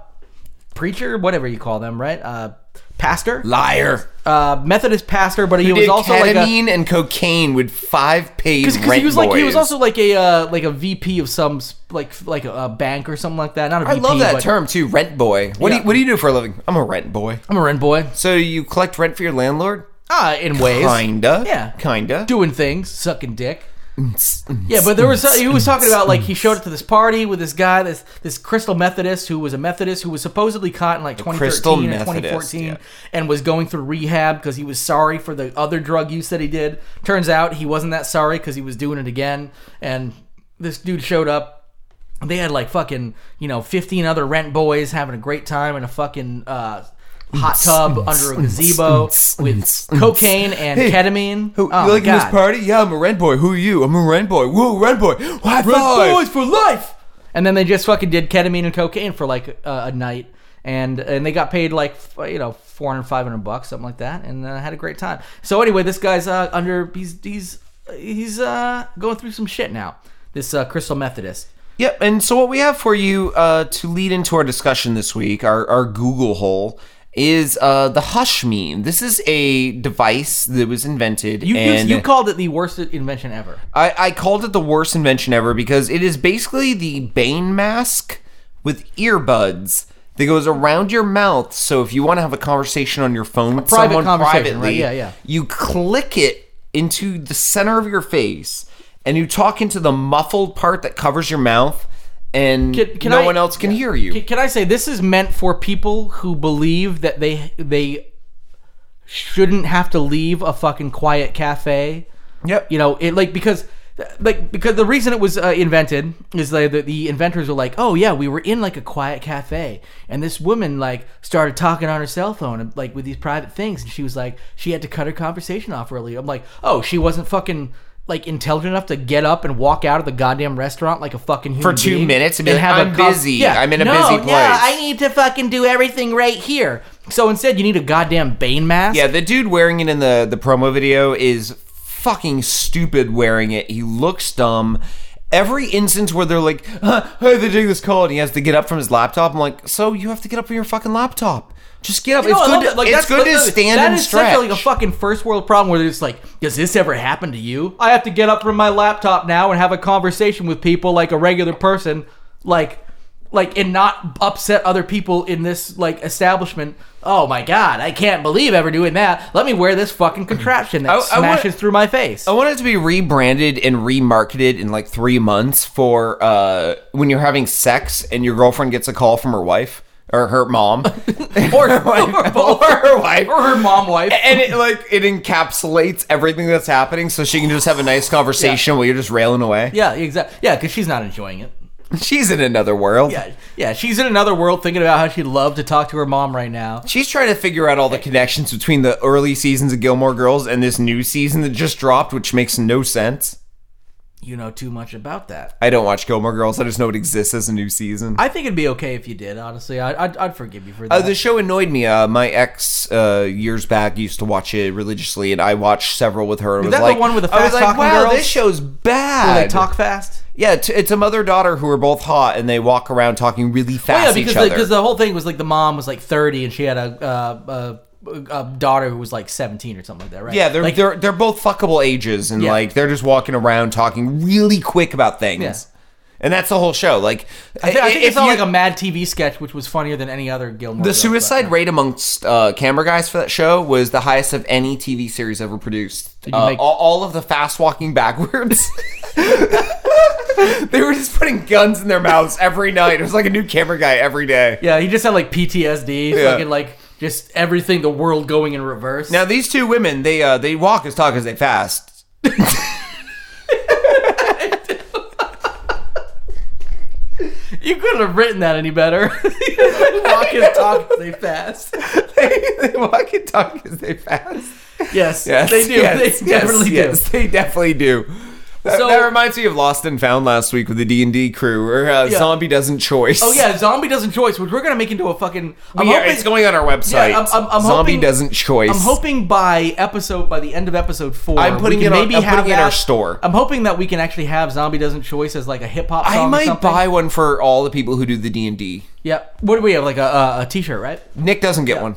S3: preacher, whatever you call them, right? Uh, pastor,
S2: liar.
S3: uh, Methodist pastor, but he
S2: He
S3: was
S2: did
S3: also like a
S2: ketamine and cocaine with five paid
S3: because
S2: rent
S3: he was like he was
S2: boys.
S3: also like a uh, like a VP of some s- like like a, a bank or something like that. Not a
S2: I
S3: VP,
S2: love that
S3: but-
S2: term too, rent boy. What do
S3: Yeah.
S2: you, what do you do for a living? I'm a rent boy.
S3: I'm a rent boy.
S2: So you collect rent for your landlord?
S3: Ah, in ways,
S2: Kinda.
S3: Yeah.
S2: Kinda.
S3: doing things, sucking dick.
S2: Mm-hmm.
S3: Yeah, but there was he was talking about like he showed up to this party with this guy, this this Crystal Methodist who was a Methodist who was supposedly caught in like 2013
S2: Crystal
S3: or
S2: Methodist,
S3: 2014
S2: yeah.
S3: and was going through rehab because he was sorry for the other drug use that he did. Turns out he wasn't that sorry because he was doing it again. And this dude showed up. They had like fucking you know 15 other rent boys having a great time in a fucking uh, hot tub under a gazebo with cocaine and
S2: Hey,
S3: ketamine.
S2: Who,
S3: Oh,
S2: you liking this
S3: God.
S2: party? Yeah, I'm a rent boy. Who are you? I'm a rent boy. Whoa, rent boy. High five.
S3: for life. And then they just fucking did ketamine and cocaine for like uh, a night, and and they got paid like f- you know 400, 500 bucks, something like that, and uh, had a great time. So anyway, this guy's uh, under he's he's he's uh, going through some shit now. this uh, Crystal Methodist.
S2: Yep. And so, what we have for you uh, to lead into our discussion this week, our, our Google hole, is uh, the hush meme. This is a device that was invented.
S3: You,
S2: and uh,
S3: you you called it the worst invention ever.
S2: I, I called it the worst invention ever because it is basically the Bane mask with earbuds that goes around your mouth. So if you want to have a conversation on your phone with
S3: private
S2: someone
S3: conversation,
S2: privately,
S3: right? Yeah, yeah.
S2: you click it into the center of your face and you talk into the muffled part that covers your mouth and
S3: Can- can
S2: no
S3: I-
S2: one else can hear
S3: Can,
S2: you.
S3: can I say this is meant for people who believe that they they shouldn't have to leave a fucking quiet cafe?
S2: Yep.
S3: You know, it like because like because the reason it was uh, invented is like the, the inventors were like, oh yeah, we were in like a quiet cafe, and this woman like started talking on her cell phone and like with these private things, and she was like, she had to cut her conversation off early. I'm like, oh, she wasn't fucking. Like intelligent enough to get up and walk out of the goddamn restaurant like a fucking human
S2: For two
S3: being
S2: minutes and be like, "I'm
S3: con-
S2: busy. I'm in a
S3: no,
S2: busy
S3: No,
S2: place."
S3: I need to fucking do everything right here. So instead, you need a goddamn Bane mask.
S2: Yeah, the dude wearing it in the the promo video is fucking stupid wearing it. He looks dumb. Every instance where they're like, huh, hey, they take this call, and he has to get up from his laptop. I'm like, so you have to get up from your fucking laptop. Just get up.
S3: No,
S2: it's
S3: I
S2: good.
S3: love
S2: To,
S3: that. Like,
S2: it's
S3: that's
S2: good to
S3: literally-
S2: stand
S3: that
S2: and
S3: is such
S2: stretch.
S3: a, like a fucking first world problem where it's like, does this ever happen to you? I have to get up from my laptop now and have a conversation with people like a regular person, like, like, and not upset other people in this like establishment. Oh my god, I can't believe ever doing that. Let me wear this fucking contraption that
S2: I- I wanna-
S3: smashes through my face.
S2: I want it to be rebranded and remarketed in like three months for uh, when you're having sex and your girlfriend gets a call from her wife or her mom
S3: or, or both.
S2: or her wife
S3: or her mom wife.
S2: and it like it encapsulates everything that's happening so she can just have a nice conversation while you're just railing away
S3: Yeah, exactly. Yeah, because she's not enjoying it.
S2: she's in another world
S3: Yeah, yeah, she's in another world thinking about how she'd love to talk to her mom right now.
S2: she's trying to figure out all the connections between the early seasons of gilmore girls and this new season that just dropped which makes no sense
S3: You know too much about that.
S2: i don't watch gilmore girls i just know it exists as a new season
S3: I think it'd be okay if you did. Honestly, I, I'd, I'd forgive you for
S2: uh,
S3: that.
S2: the show annoyed me. Uh, my ex uh, years back used to watch it religiously, and I watched several with her. It was
S3: that the
S2: like,
S3: one with the
S2: I was like,
S3: fast-talking
S2: "Wow,
S3: girls?
S2: this show's bad."
S3: they talk fast.
S2: Yeah, t- it's a mother daughter who are both hot, and they walk around talking really
S3: Oh, yeah,
S2: fast. to
S3: because uh,
S2: each
S3: the,
S2: other.
S3: because the whole thing was like the mom was like thirty and she had a. Uh, uh, a daughter who was like 17 or something like that, right?
S2: Yeah, they're
S3: like,
S2: they're they're both fuckable ages, and
S3: Yeah.
S2: like they're just walking around talking really quick about things.
S3: Yeah.
S2: And that's the whole show. Like,
S3: I think, I think
S2: if
S3: it's all
S2: you-
S3: like a Mad TV sketch, which was funnier than any other Gilmore.
S2: the
S3: Girls, but-
S2: suicide rate amongst uh, camera guys for that show was the highest of any TV series ever produced. Uh,
S3: make-
S2: all, all of the fast walking backwards. they were just putting guns in their mouths every night. It was like a new camera guy every day.
S3: Yeah, he just had like PTSD,
S2: Yeah.
S3: fucking like just everything, the world going in reverse.
S2: Now these two women, they uh, they walk as talk as they fast.
S3: you couldn't have written that any better. Walk and talk, they fast.
S2: they, they walk and talk as they fast.
S3: Yes,
S2: Yes,
S3: they do.
S2: yes,
S3: they
S2: yes,
S3: definitely
S2: yes, they definitely do. That,
S3: So-
S2: that reminds me of Lost and Found last week with the D and D crew, where uh,
S3: Yeah.
S2: zombie doesn't choice.
S3: do. Oh yeah, zombie doesn't choice, which we're gonna make into a fucking. I'm
S2: yeah,
S3: hoping,
S2: it's going on our website.
S3: Yeah, I'm- I'm- I'm
S2: zombie
S3: hoping-
S2: doesn't choice.
S3: I'm hoping by episode, by the end of episode four,
S2: I'm putting
S3: we
S2: it
S3: can
S2: on-
S3: maybe
S2: I'm
S3: have
S2: putting it in
S3: that-
S2: our store.
S3: I'm hoping that we can actually have zombie doesn't choice as like a hip hop.
S2: I
S3: song or
S2: might
S3: something.
S2: buy one for all the people who do the D and D.
S3: Yeah, what do we have? Like a a, a t-shirt, right?
S2: Nick doesn't get one.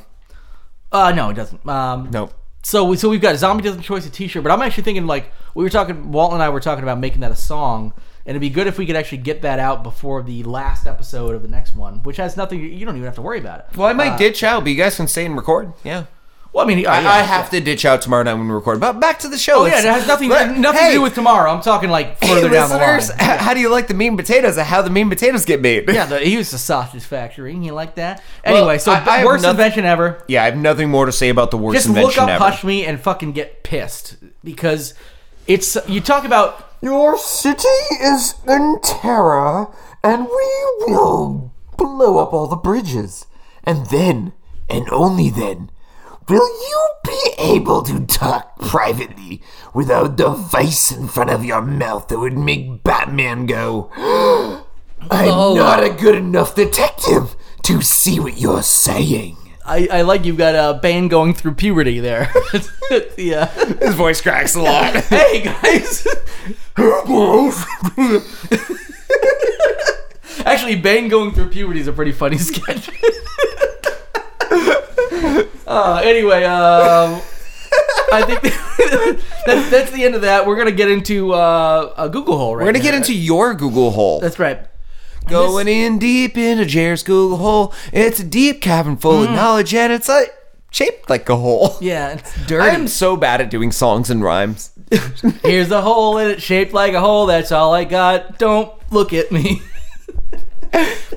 S3: Uh, no, it doesn't. Um,
S2: Nope.
S3: So we, so we've got zombie doesn't choice a T-shirt, but I'm actually thinking like we were talking. Walt and I were talking about making that a song, and it'd be good if we could actually get that out before the last episode of the next one, which has nothing. You don't even have to worry about it. Uh,
S2: Well, I might ditch out, but you guys can stay and record. Yeah.
S3: Well, I mean,
S2: I, I have to ditch out tomorrow night when we record. But back to the show.
S3: Uh, Oh yeah, it has nothing nothing to do with tomorrow. I'm talking like further down the line.
S2: listeners, h- How do you like the mean potatoes? and How the mean potatoes get made?
S3: Yeah, the, he was the sausage factory. You like that? Anyway, so
S2: I- I have
S3: worst
S2: nothing-
S3: invention ever.
S2: Yeah, I have nothing more to say about the worst
S3: just look
S2: invention
S3: up
S2: ever.
S3: Hush Me and fucking get pissed because it's you talk about
S2: Your city is in terror, and we will blow up all the bridges. And then, and only then, will you be able to talk privately without a device in front of your mouth that would make Batman go, Oh. I'm not a good enough detective to see what you're saying.
S3: I, I like you've got a uh, Bane going through puberty there. yeah.
S2: His voice cracks a lot.
S3: Hey guys. Actually, Bane going through puberty is a pretty funny sketch. uh, anyway, um, I think that's, that's the end of that. We're gonna get into uh, a Google hole. Right
S2: We're gonna
S3: now,
S2: get
S3: right?
S2: into your Google hole.
S3: That's right.
S2: Going in deep into Jared's Google hole. It's a deep cavern full of knowledge, and it's like shaped like a hole.
S3: Mm. Yeah, it's dirty.
S2: I'm so bad at doing songs and rhymes.
S3: Here's a hole in it, shaped like a hole. That's all I got. Don't look at me.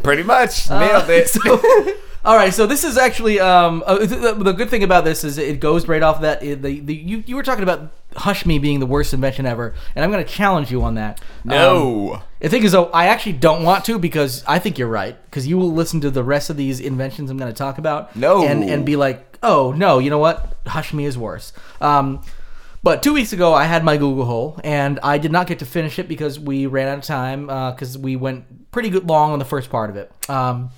S2: Pretty much nailed it.
S3: Uh, So- all right, so this is actually um, uh, th- th- the good thing about this is it goes right off that it, the, the you you were talking about Hush Me being the worst invention ever, and I'm going to challenge you on that. Um,
S2: no.
S3: the thing is, though, I actually don't want to because I think you're right because you will listen to the rest of these inventions I'm going to talk about.
S2: No.
S3: and and be like, oh no, you know what? Hush Me is worse. Um, but two weeks ago, I had my Google hole, and I did not get to finish it because we ran out of time because we went pretty good long on the first part of it. Um,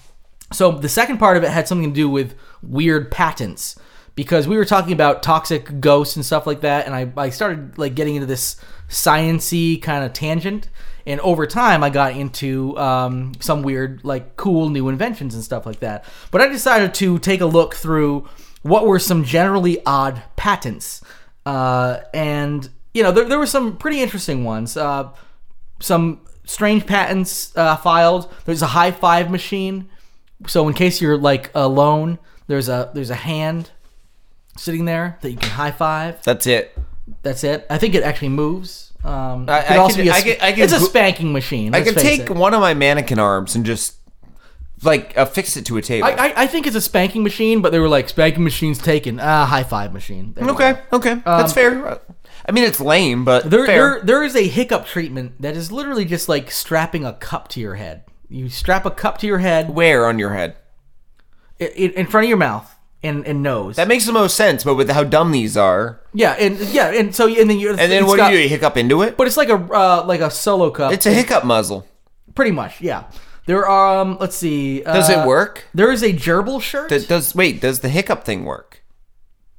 S3: so the second part of it had something to do with weird patents because we were talking about toxic ghosts and stuff like that, and I, I started like getting into this sciency kind of tangent. And over time, I got into um, some weird, like, cool new inventions and stuff like that. But I decided to take a look through what were some generally odd patents uh, and you know there, there were some pretty interesting ones uh, some strange patents uh, filed there's a high five machine so in case you're like alone there's a there's a hand sitting there that you can high five
S2: That's it.
S3: that's it i think it actually moves um, it could
S2: I
S3: also
S2: can-
S3: be a
S2: I
S3: sp-
S2: can- I can
S3: it's a
S2: gl-
S3: spanking machine
S2: I
S3: let's
S2: could
S3: face
S2: take
S3: it.
S2: one of my mannequin arms and just like affix it to a table.
S3: I, I, I think it's a spanking machine but they were like spanking machines taken ah high five machine There we go.
S2: Mm, okay, okay, that's fair. I mean, it's lame, but
S3: um, There,
S2: fair.
S3: there, there is a hiccup treatment that is literally just like strapping a cup to your head. You strap a cup to your head
S2: Where on your head?
S3: i- in, in front of your mouth and, and nose.
S2: That makes the most sense, but with how dumb these are,
S3: yeah, and yeah, and so and then you
S2: and then what do you do? Hiccup into it?
S3: But it's like a uh, like a solo cup,
S2: It's a hiccup muzzle.
S3: pretty much. Yeah, there are. Um, let's see. Uh,
S2: Does it work?
S3: There is a gerbil shirt.
S2: That does. Wait, does the hiccup thing work?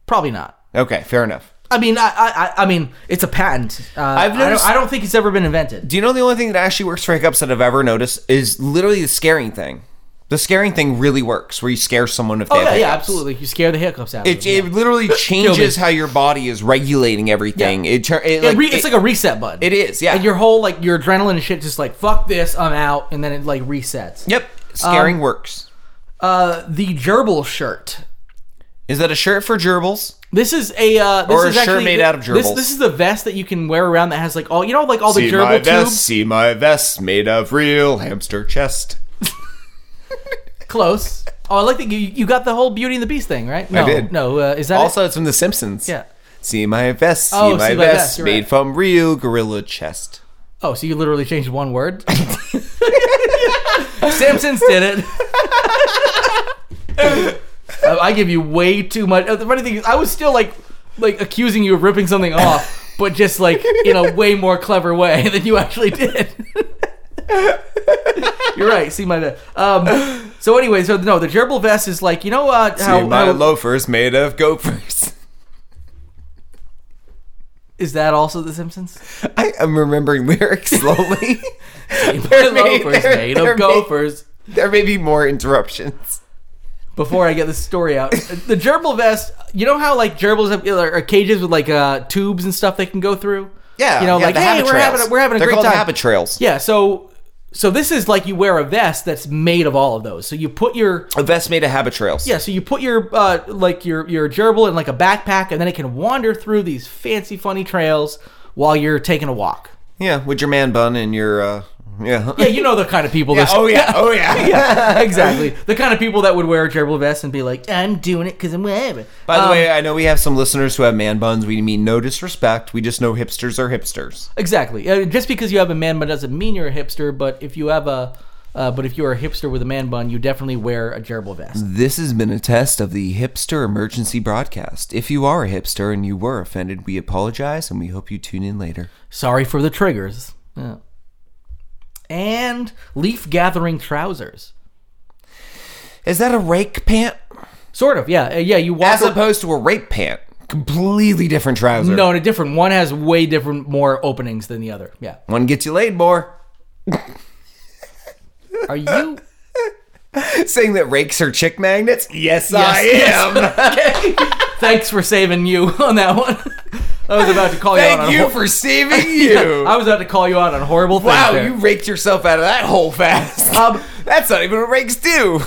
S3: Probably not.
S2: Okay, fair enough.
S3: I mean, I, I, I- I mean, it's a patent. Uh,
S2: I've
S3: I
S2: noticed-
S3: don't, I don't think it's ever been invented.
S2: Do you know the only thing that actually works for hiccups that I've ever noticed is literally the scaring thing. The scaring thing really works, where you scare someone if they
S3: Oh
S2: have
S3: yeah, yeah,
S2: hiccups.
S3: absolutely. You scare the hiccups out. of
S2: It,
S3: them,
S2: it literally changes how your body is regulating everything. It, tur- it,
S3: yeah.
S2: like,
S3: It re- it's like a reset button.
S2: it is, yeah.
S3: and your whole like your adrenaline and shit just like fuck this i'm out and then it like resets
S2: yep,
S3: Um,
S2: scaring works.
S3: uh the gerbil shirt
S2: Is that a shirt for gerbils?
S3: this is a uh this
S2: Or a
S3: is
S2: shirt
S3: actually
S2: made
S3: the-
S2: out of
S3: this,
S2: gerbils.
S3: this is the vest that you can wear around that has like all you know like all the gerbil tubes
S2: see my vest made of real hamster chest.
S3: close oh i like that you you got the whole beauty and the beast thing right no
S2: did.
S3: no uh, is that it?
S2: Also, it's from The Simpsons.
S3: Yeah.
S2: See my vest, see
S3: Oh,
S2: my
S3: see my
S2: vest,
S3: vest, you're
S2: made
S3: right.
S2: from real gorilla chest.
S3: oh so you literally changed one word simpsons did it Uh, i give you way too much uh, the funny thing is i was still like like accusing you of ripping something off but just like in a way more clever way than you actually did you're right see my bad um so anyway so no the gerbil vest is like you know uh how,
S2: see my
S3: how-
S2: loafers made of gophers.
S3: is that also the simpsons
S2: I am remembering lyrics slowly. made-
S3: Loafers
S2: they're-
S3: made
S2: they're made-
S3: of gophers
S2: there may be more interruptions.
S3: before I get this story out. the gerbil vest, you know how like gerbils have or cages with like uh, tubes and stuff they can go through.
S2: Yeah,
S3: you know,
S2: yeah,
S3: like
S2: the
S3: hey,
S2: habit
S3: we're
S2: trails.
S3: having a, we're having a
S2: They're
S3: great
S2: called
S3: time.
S2: habit trails.
S3: Yeah, so so this is like you wear a vest that's made of all of those. So you put your
S2: A vest made of habit trails.
S3: yeah, so you put your uh, like your your gerbil in like a backpack, and then it can wander through these fancy funny trails while you're taking a walk.
S2: Yeah, with your man bun and your uh yeah.
S3: Yeah, you know the kind of people. this
S2: Oh yeah, oh yeah.
S3: exactly the kind of people that would wear a gerbil vest and be like, "I'm doing it because I'm whatever."
S2: By the way, I know we have some listeners who have man buns. We mean no disrespect. We just know hipsters are hipsters.
S3: Exactly. Uh, just because you have a man bun doesn't mean you're a hipster. But if you have a, uh, but if you're a hipster with a man bun, you definitely wear a gerbil vest.
S2: This has been a test of the hipster emergency broadcast. If you are a hipster and you were offended, we apologize and we hope you tune in later.
S3: Sorry for the triggers. Yeah. And leaf gathering trousers.
S2: Is that a rake pant?
S3: Sort of, yeah, Uh, yeah. You walk
S2: as opposed to a rape pant. Completely different trouser.
S3: no, and a different one has way different, more openings than the other. Yeah.
S2: One gets you laid more.
S3: Are you?
S2: Saying that rakes are chick magnets? Yes, I am.
S3: Thanks for saving you on that one. I was about to call you out
S2: Thank
S3: on.
S2: you
S3: a hor-
S2: for saving you.
S3: I was about to call you out on horrible things.
S2: wow,
S3: there.
S2: you raked yourself out of that hole fast.
S3: Um,
S2: That's not even what rakes do.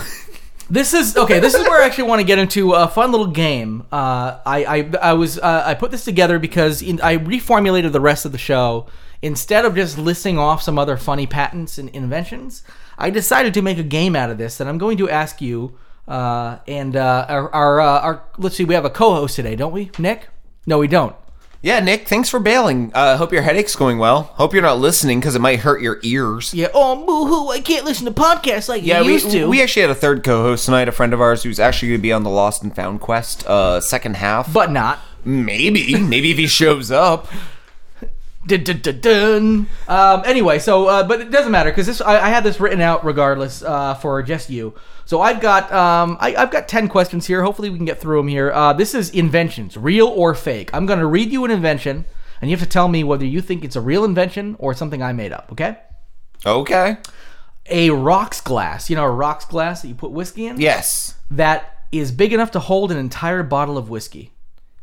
S3: This is okay. This is where I actually want to get into a fun little game. Uh, I, I I was uh, I put this together because in, I reformulated the rest of the show. Instead of just listing off some other funny patents and inventions, I decided to make a game out of this, and I'm going to ask you. Uh, and uh, our our, uh, our let's see, we have a co-host today, don't we, Nick? No, we don't.
S2: Yeah, Nick, thanks for bailing. Uh, hope your headache's going well. Hope you're not listening because it might hurt your ears.
S3: Yeah. Oh, boo-hoo! I can't listen to podcasts like
S2: Yeah,
S3: I
S2: we,
S3: used to.
S2: we actually had a third co-host tonight, a friend of ours who's actually going to be on the Lost and Found quest uh, second half.
S3: but not.
S2: maybe, maybe if he shows up.
S3: Dun, dun, dun, dun. Um, anyway, so uh, but it doesn't matter because this I, I had this written out regardless uh, for just you. So I've got um, I, I've got ten questions here. Hopefully we can get through them here. Uh, this is inventions, real or fake. I'm going to read you an invention, and you have to tell me whether you think it's a real invention or something I made up. Okay?
S2: Okay.
S3: A rocks glass. You know a rocks glass that you put whiskey in.
S2: Yes,
S3: That is big enough to hold an entire bottle of whiskey.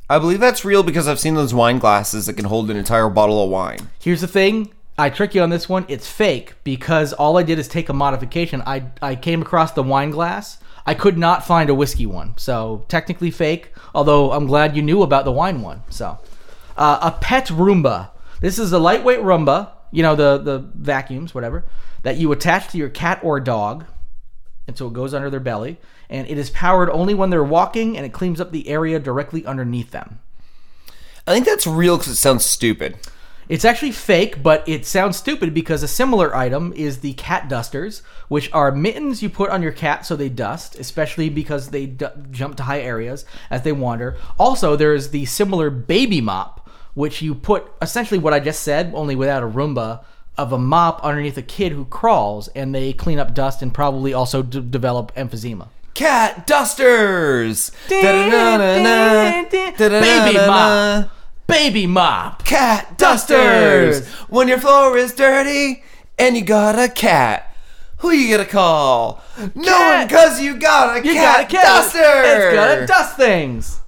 S2: I believe that's real because I've seen those wine glasses that can hold an entire bottle of wine.
S3: Here's the thing. I trick you on this one. It's fake because all I did is take a modification. I I came across the wine glass. I could not find a whiskey one, so technically fake. Although I'm glad you knew about the wine one. So, uh, a pet Roomba. This is a lightweight Roomba. You know the the vacuums, whatever, that you attach to your cat or dog, and so it goes under their belly. And it is powered only when they're walking, and it cleans up the area directly underneath them.
S2: I think that's real because it sounds stupid.
S3: It's actually fake, but it sounds stupid because a similar item is the cat dusters, which are mittens you put on your cat so they dust, especially because they d- jump to high areas as they wander. Also, there is the similar baby mop, which you put essentially what I just said, only without a Roomba, of a mop underneath a kid who crawls, and they clean up dust and probably also d- develop emphysema.
S2: Cat dusters. Da-da-da-da-da.
S3: Baby
S2: Da-da-da-da-da.
S3: mop. Baby mop.
S2: Cat dusters.
S3: Dusters.
S2: When your floor is dirty and you got a cat, who you gonna call? No one,
S3: Cat.
S2: cause you got a
S3: You
S2: cat
S3: gotta kill
S2: duster.
S3: It's gotta dust things.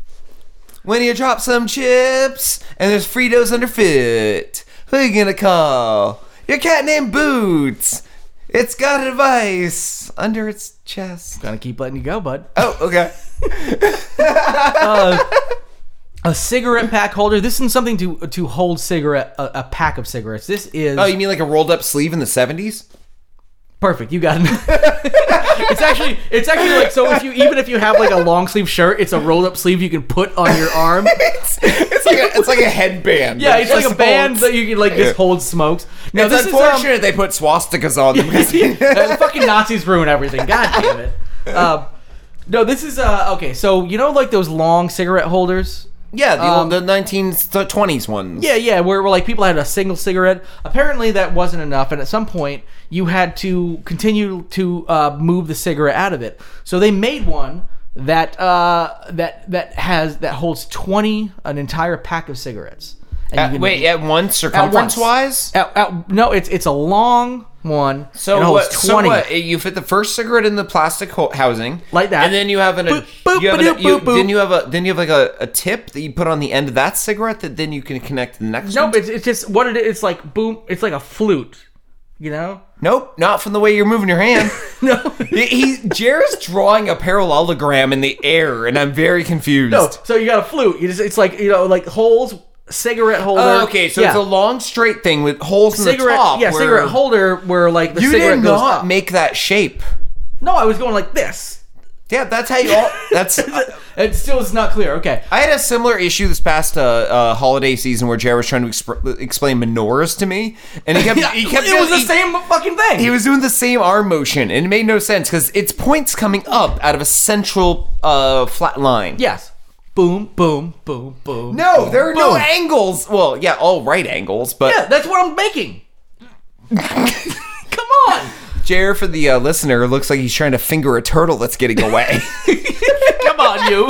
S2: when you drop some chips and there's Fritos underfoot, who you gonna call? Your cat named Boots. It's got a device under its chest.
S3: Gonna keep letting you go, bud.
S2: Oh, okay.
S3: A cigarette pack holder. This isn't something to to hold cigarette a, a pack of cigarettes. This is
S2: Oh, you mean like a rolled up sleeve in the 70s?
S3: perfect. You got it. it's actually it's actually like so if you even if you have like a long sleeve shirt, it's a rolled up sleeve you can put on your arm.
S2: It's, it's like a, it's like a headband.
S3: Yeah,
S2: that
S3: it's like a
S2: just
S3: band
S2: holds-
S3: that you can like just hold smokes. No,
S2: it's
S3: this
S2: unfortunate
S3: is um,
S2: they put swastikas on them.
S3: Uh, fucking Nazis ruin everything. God damn it. Um, no, this is uh okay. So you know like those long cigarette holders.
S2: yeah, the, old, the 1920s ones.
S3: Yeah, yeah, where, where like people had a single cigarette. Apparently, that wasn't enough, and at some point, you had to continue to uh, move the cigarette out of it. So they made one that uh, that that has that holds twenty an entire pack of cigarettes. And you
S2: At,
S3: can-
S2: wait, at once
S3: at once.
S2: circumference wise?
S3: At- at- no, it's it's a long one.
S2: So
S3: and it holds
S2: what? So what? You fit the first cigarette in the plastic ho- housing,
S3: Like that.
S2: and then you have an.
S3: Boop, boop,
S2: you have an-
S3: ba-doop,
S2: you-
S3: boop, boop.
S2: Then you have a. Then you have like a, a tip that you put on the end of that cigarette that then you can connect to the next.
S3: Nope,
S2: one.
S3: it's, it's just what it is. It's like boom. It's like a flute, you know.
S2: nope, not from the way you're moving your hand.
S3: No.
S2: he, he Jared's drawing a parallelogram in the air, and I'm very confused. Oh,
S3: No, so you got a flute. You just it's like you know like holes, cigarette holder.
S2: Oh, okay, so it's
S3: Yeah.
S2: a long straight thing with holes in
S3: cigarette.
S2: the top.
S3: yeah,
S2: where-
S3: cigarette holder where like the
S2: You
S3: cigarette
S2: did
S3: goes
S2: not
S3: up.
S2: make that shape.
S3: no, I was going like this.
S2: Yeah, that's how you all. That's. uh,
S3: It still is not clear. Okay.
S2: I had a similar issue this past uh, uh, holiday season where Jared was trying to exp- explain menorahs to me, and he kept he kept
S3: it was the
S2: he,
S3: same fucking thing.
S2: He was doing the same arm motion, and it made no sense because it's points coming up out of a central uh, flat line.
S3: yes. Boom, boom, boom, boom.
S2: No,
S3: boom,
S2: there are no
S3: boom.
S2: angles. Well, yeah, all right angles, but
S3: Yeah, that's what I'm making. Come on.
S2: Jared, for the uh, listener, looks like he's trying to finger a turtle that's getting away.
S3: Come on, you.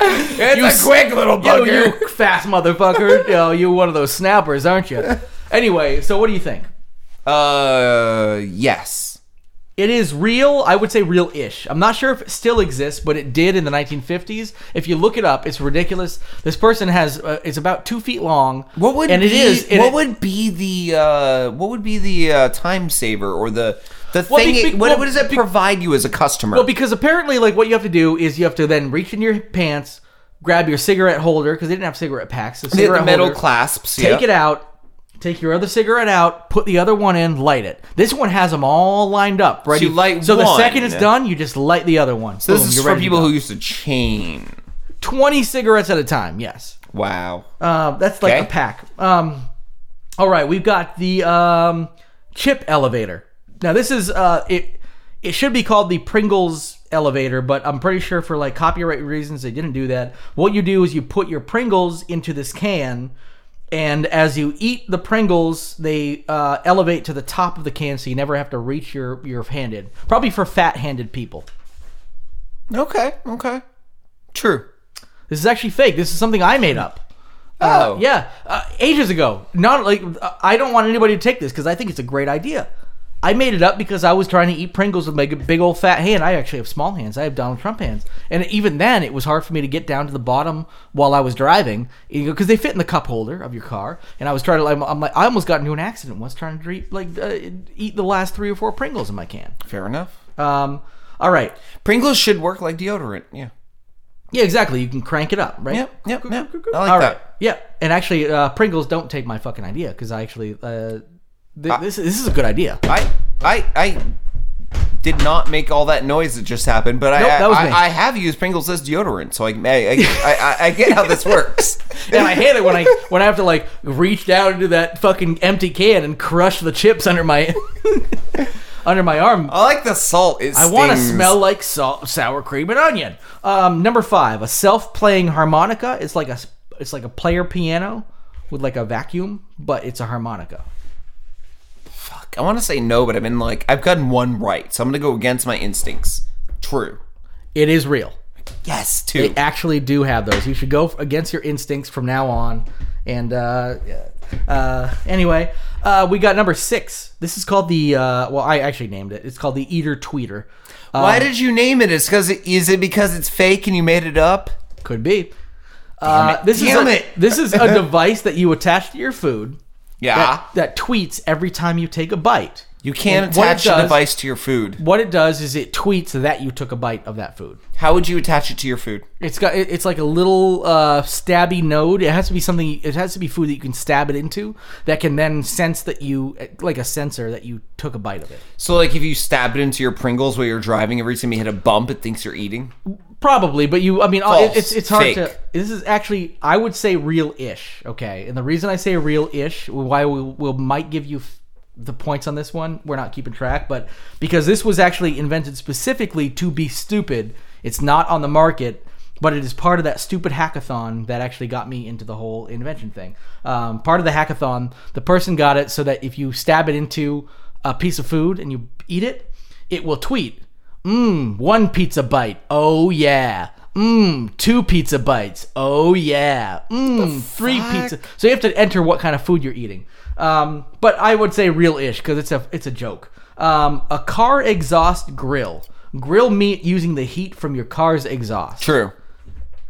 S2: It's
S3: You
S2: a
S3: s-
S2: quick little
S3: you,
S2: bugger.
S3: you fast motherfucker. Yo, you one of those snappers, aren't you? Anyway, so what do you think?
S2: Uh, yes.
S3: It is real. I would say real-ish. I'm not sure if it still exists, but it did in the 1950s. If you look it up, it's ridiculous. This person has uh, it's about two feet long.
S2: What would
S3: and it
S2: be-
S3: is and
S2: what
S3: it-
S2: would be the uh, what would be the uh, time saver or the the
S3: Well,
S2: thing?
S3: be- be-
S2: it, what,
S3: well,
S2: what does that
S3: be-
S2: provide you as a customer?
S3: Well, because apparently, like, what you have to do is you have to then reach in your pants, grab your cigarette holder because they didn't have cigarette packs. So
S2: They had
S3: cigarette
S2: the metal
S3: holder,
S2: clasps.
S3: Take it out. Take your other cigarette out. Put the other one in. Light it. This one has them all lined up, ready.
S2: light
S3: so the
S2: one.
S3: second it's done, you just light the other one.
S2: This is for people who used to chain.
S3: twenty cigarettes at a time. Yes,
S2: Wow.
S3: uh, that's like a
S2: Okay.
S3: pack. Um, all right, we've got the um, chip elevator. Now this is uh, it. It should be called the Pringles elevator, but I'm pretty sure for like copyright reasons they didn't do that. What you do is you put your Pringles into this can, and as you eat the Pringles, they uh, elevate to the top of the can, so you never have to reach your your hand in. Probably for fat-handed people.
S2: Okay. Okay. True.
S3: This is actually fake. This is something I made up.
S2: Oh.
S3: Yeah, uh, ages ago. Not like uh, I don't want anybody to take this because I think it's a great idea. I made it up because I was trying to eat Pringles with my g- big old fat hand. I actually have small hands. I have Donald Trump hands, and even then, it was hard for me to get down to the bottom while I was driving because they fit in the cup holder of your car. And I was trying to, I'm, I'm like, I almost got into an accident once trying to eat, like uh, eat the last three or four Pringles in my can.
S2: Fair enough.
S3: Um, all right,
S2: Pringles should work like deodorant. Yeah.
S3: yeah, exactly. You can crank it up, right?
S2: Yep. Yep. Yep. I like
S3: All
S2: that.
S3: right. Yeah, and actually, uh, Pringles don't take my fucking idea because I actually uh, th- this this is a good idea.
S2: I I I did not make all that noise that just happened, but
S3: Nope,
S2: I,
S3: that was
S2: I,
S3: me.
S2: I have used Pringles as deodorant, so I I, I, I, I get how this works.
S3: And I hate it when I when I have to like reach down into that fucking empty can and crush the chips under my under my arm.
S2: I like the salt. It
S3: I want to
S2: Oh, stings.
S3: smell like salt, sour cream and onion. Um, number five, a self-playing harmonica. It's like a s- it's like a player piano with like a vacuum, but it's a harmonica.
S2: Fuck, I want to say no, but I've been like I've gotten one right, so I'm gonna go against my instincts. True.
S3: It is real.
S2: Yes, two.
S3: They actually do have those. You should go f- against your instincts from now on. And uh, uh, anyway, uh, we got number six. This is called the. Uh, well, I actually named it. It's called the Eater Tweeter. Uh,
S2: Why did you name it? It's because it, is it because it's fake and you made it up?
S3: could be. Uh, this
S2: Damn
S3: is a,
S2: it.
S3: this is a device that you attach to your food
S2: Yeah.
S3: that, that tweets every time you take a bite.
S2: you can't
S3: And what it
S2: attach a
S3: does-
S2: device to your food.
S3: What it does is it tweets that you took a bite of that food.
S2: How would you attach it to your food?
S3: It's got it- it's like a little uh, stabby node. It has to be something. It has to be food that you can stab it into that can then sense that you like a sensor that you took a bite of it.
S2: So, like, if you stab it into your Pringles while you're driving, every time you hit a bump, it thinks you're eating.
S3: Probably, but you. I mean, uh,
S2: False.
S3: it, it's it's hard
S2: Fake.
S3: to. This is actually I would say real-ish. Okay, and the reason I say real-ish, why we will might give you f- the points on this one. We're not keeping track, but because this was actually invented specifically to be stupid, it's not on the market. But it is part of that stupid hackathon that actually got me into the whole invention thing. Um, part of the hackathon, the person got it so that if you stab it into a piece of food and you eat it, it will tweet Mmm, one pizza bite. Oh yeah. Mmm, two pizza bites. Oh yeah. Mmm, three pizza. So you have to enter what kind of food you're eating. Um, but I would say real-ish because it's a it's a joke. Um, a car exhaust grill. Grill meat using the heat from your car's exhaust.
S2: True.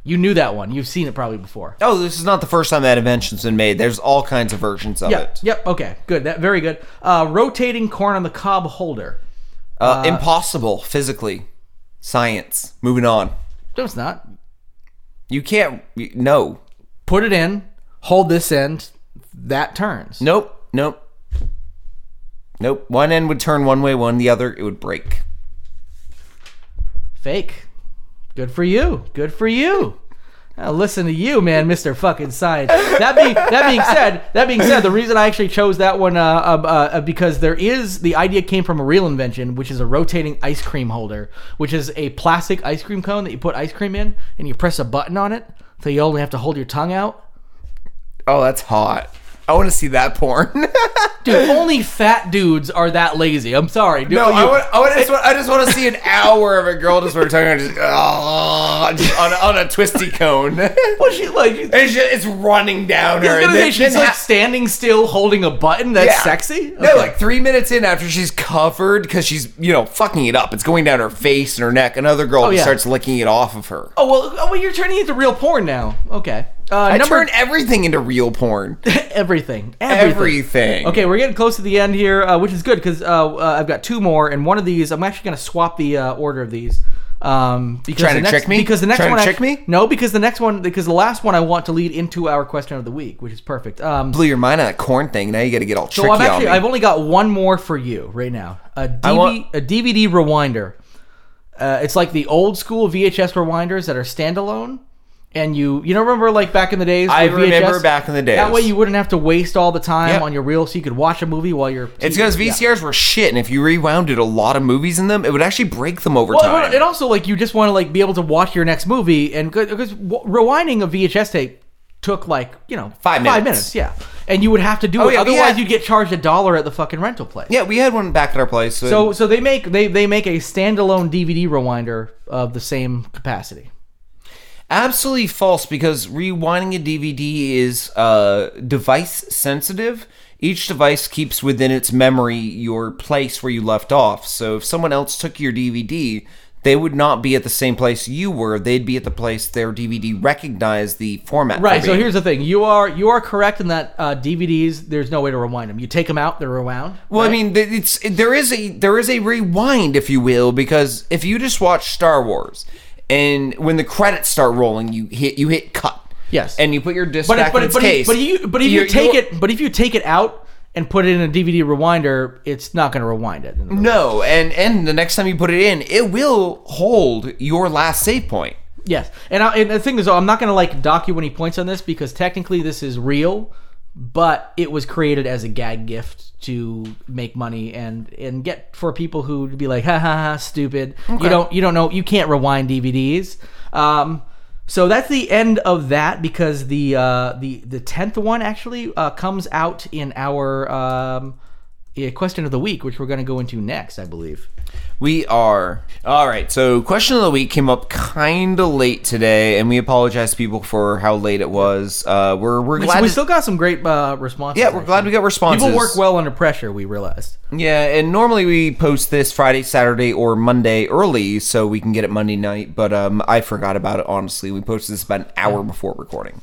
S3: You knew that one. You've seen it probably before.
S2: Oh, this is not the first time that invention's been made. There's all kinds of versions of
S3: Yep.
S2: it.
S3: Yep. Okay. Good. That very good. Uh, rotating corn on the cob holder.
S2: Uh, impossible physically. Science. Moving on.
S3: No, it's not.
S2: You can't. you- No.
S3: Put it in. Hold this end. That turns.
S2: Nope. Nope. Nope. One end would turn one way, one the other, it would break.
S3: Fake. Good for you. Good for you. Now listen to you, man, Mister Fucking Science. That being that being said, that being said, the reason I actually chose that one uh, uh, uh, because there is the idea came from a real invention, which is a rotating ice cream holder, which is a plastic ice cream cone that you put ice cream in, and you press a button on it, so you only have to hold your tongue out.
S2: Oh, that's hot. I want to see that porn.
S3: Dude, only fat dudes are that lazy. I'm sorry. Dude,
S2: No, I
S3: you-
S2: want, I, want, I just want, I just want to see an hour of a girl just sort of talking just, "Ah," just on, a- on a twisty cone. it's,
S3: What's she like? It's
S2: just, it's running down her.
S3: gonna
S2: and
S3: say
S2: then-
S3: she's
S2: then
S3: like
S2: ha-
S3: standing still holding a button that's
S2: yeah.
S3: sexy?
S2: No, like three minutes in after she's covered because she's you know fucking it up. It's going down her face and her neck. Another girl just
S3: Oh, yeah.
S2: starts licking it off of her.
S3: Oh well, oh, well you're turning into real porn now. Okay. Uh,
S2: I
S3: number e-,
S2: turn everything into real porn.
S3: everything. Everything.
S2: Everything.
S3: Okay, we're getting close to the end here, uh, which is good because uh, uh, I've got two more, and one of these I'm actually going to swap the uh, order of these. Um, because
S2: Trying
S3: the
S2: to
S3: next,
S2: trick me?
S3: Because the next
S2: Trying to
S3: one, I-
S2: trick me?
S3: No, because the next one, because the last one I want to lead into our question of the week, which is perfect. Um,
S2: Blew your mind on that corn thing. Now you got to get all
S3: so
S2: tricky
S3: I'm actually,
S2: on me.
S3: I've only got one more for you right now. A DV,
S2: want-
S3: a DVD rewinder. Uh, it's like the old school VHS rewinders that are standalone, and you you know remember like back in the days.
S2: I
S3: with VHS?
S2: remember back in the days.
S3: That way you wouldn't have to waste all the time
S2: Yep.
S3: on your reel, so you could watch a movie while you're.
S2: It's because VCRs were shit, and if you rewounded a lot of movies in them, it would actually break them over
S3: Well,
S2: time.
S3: it- it also like you just want to like be able to watch your next movie, and because rewinding a VHS tape took like you know
S2: Five
S3: five
S2: minutes.
S3: minutes, yeah, and you would have to do
S2: Oh,
S3: it.
S2: yeah, we
S3: Otherwise,
S2: had-
S3: you'd get charged a dollar at the fucking rental place.
S2: yeah, we had one back at our place. and-
S3: So so they make they they make a standalone DVD rewinder of the same capacity.
S2: absolutely false because rewinding a DVD is uh, device sensitive. Each device keeps within its memory your place where you left off. So if someone else took your DVD, they would not be at the same place you were. They'd be at the place their DVD recognized the format. for
S3: Right. So
S2: being.
S3: here's the thing: you are you are correct in that uh, DVDs there's no way to rewind them. You take them out, they're rewound.
S2: Well,
S3: right?
S2: I mean, th- it's there is a there is a rewind, if you will, because if you just watch Star Wars, and when the credits start rolling, you hit you hit cut.
S3: Yes.
S2: and you put your disc
S3: but
S2: back
S3: if, but,
S2: in
S3: if-
S2: its
S3: but,
S2: case.
S3: if, but you but if you
S2: you're-
S3: take
S2: you're-
S3: it but if you take it out and put it in a DVD rewinder, it's not going to rewind it.
S2: no, and and the next time you put it in, it will hold your last save point.
S3: Yes, and, I, and the thing is, I'm not going to like dock you any points on this because technically this is real, but it was created as a gag gift to make money and and get for people who would be like, ha ha ha, stupid. You don't you don't know you can't rewind DVDs. Um, so that's the end of that because the uh, the the tenth one actually uh, comes out in our um, eh, question of the week, which we're going to go into next, I believe.
S2: We are. All right. So, question of the week came up kind of late today, and we apologize to people for how late it was. Uh, we're we're glad.
S3: So we
S2: to-
S3: still got some great uh, responses.
S2: yeah, we're
S3: actually.
S2: glad we got responses.
S3: People work well under pressure, we realized.
S2: Yeah, and normally we post this Friday, Saturday, or Monday early so we can get it Monday night. But um, I forgot about it. Honestly, we posted this about an hour before recording.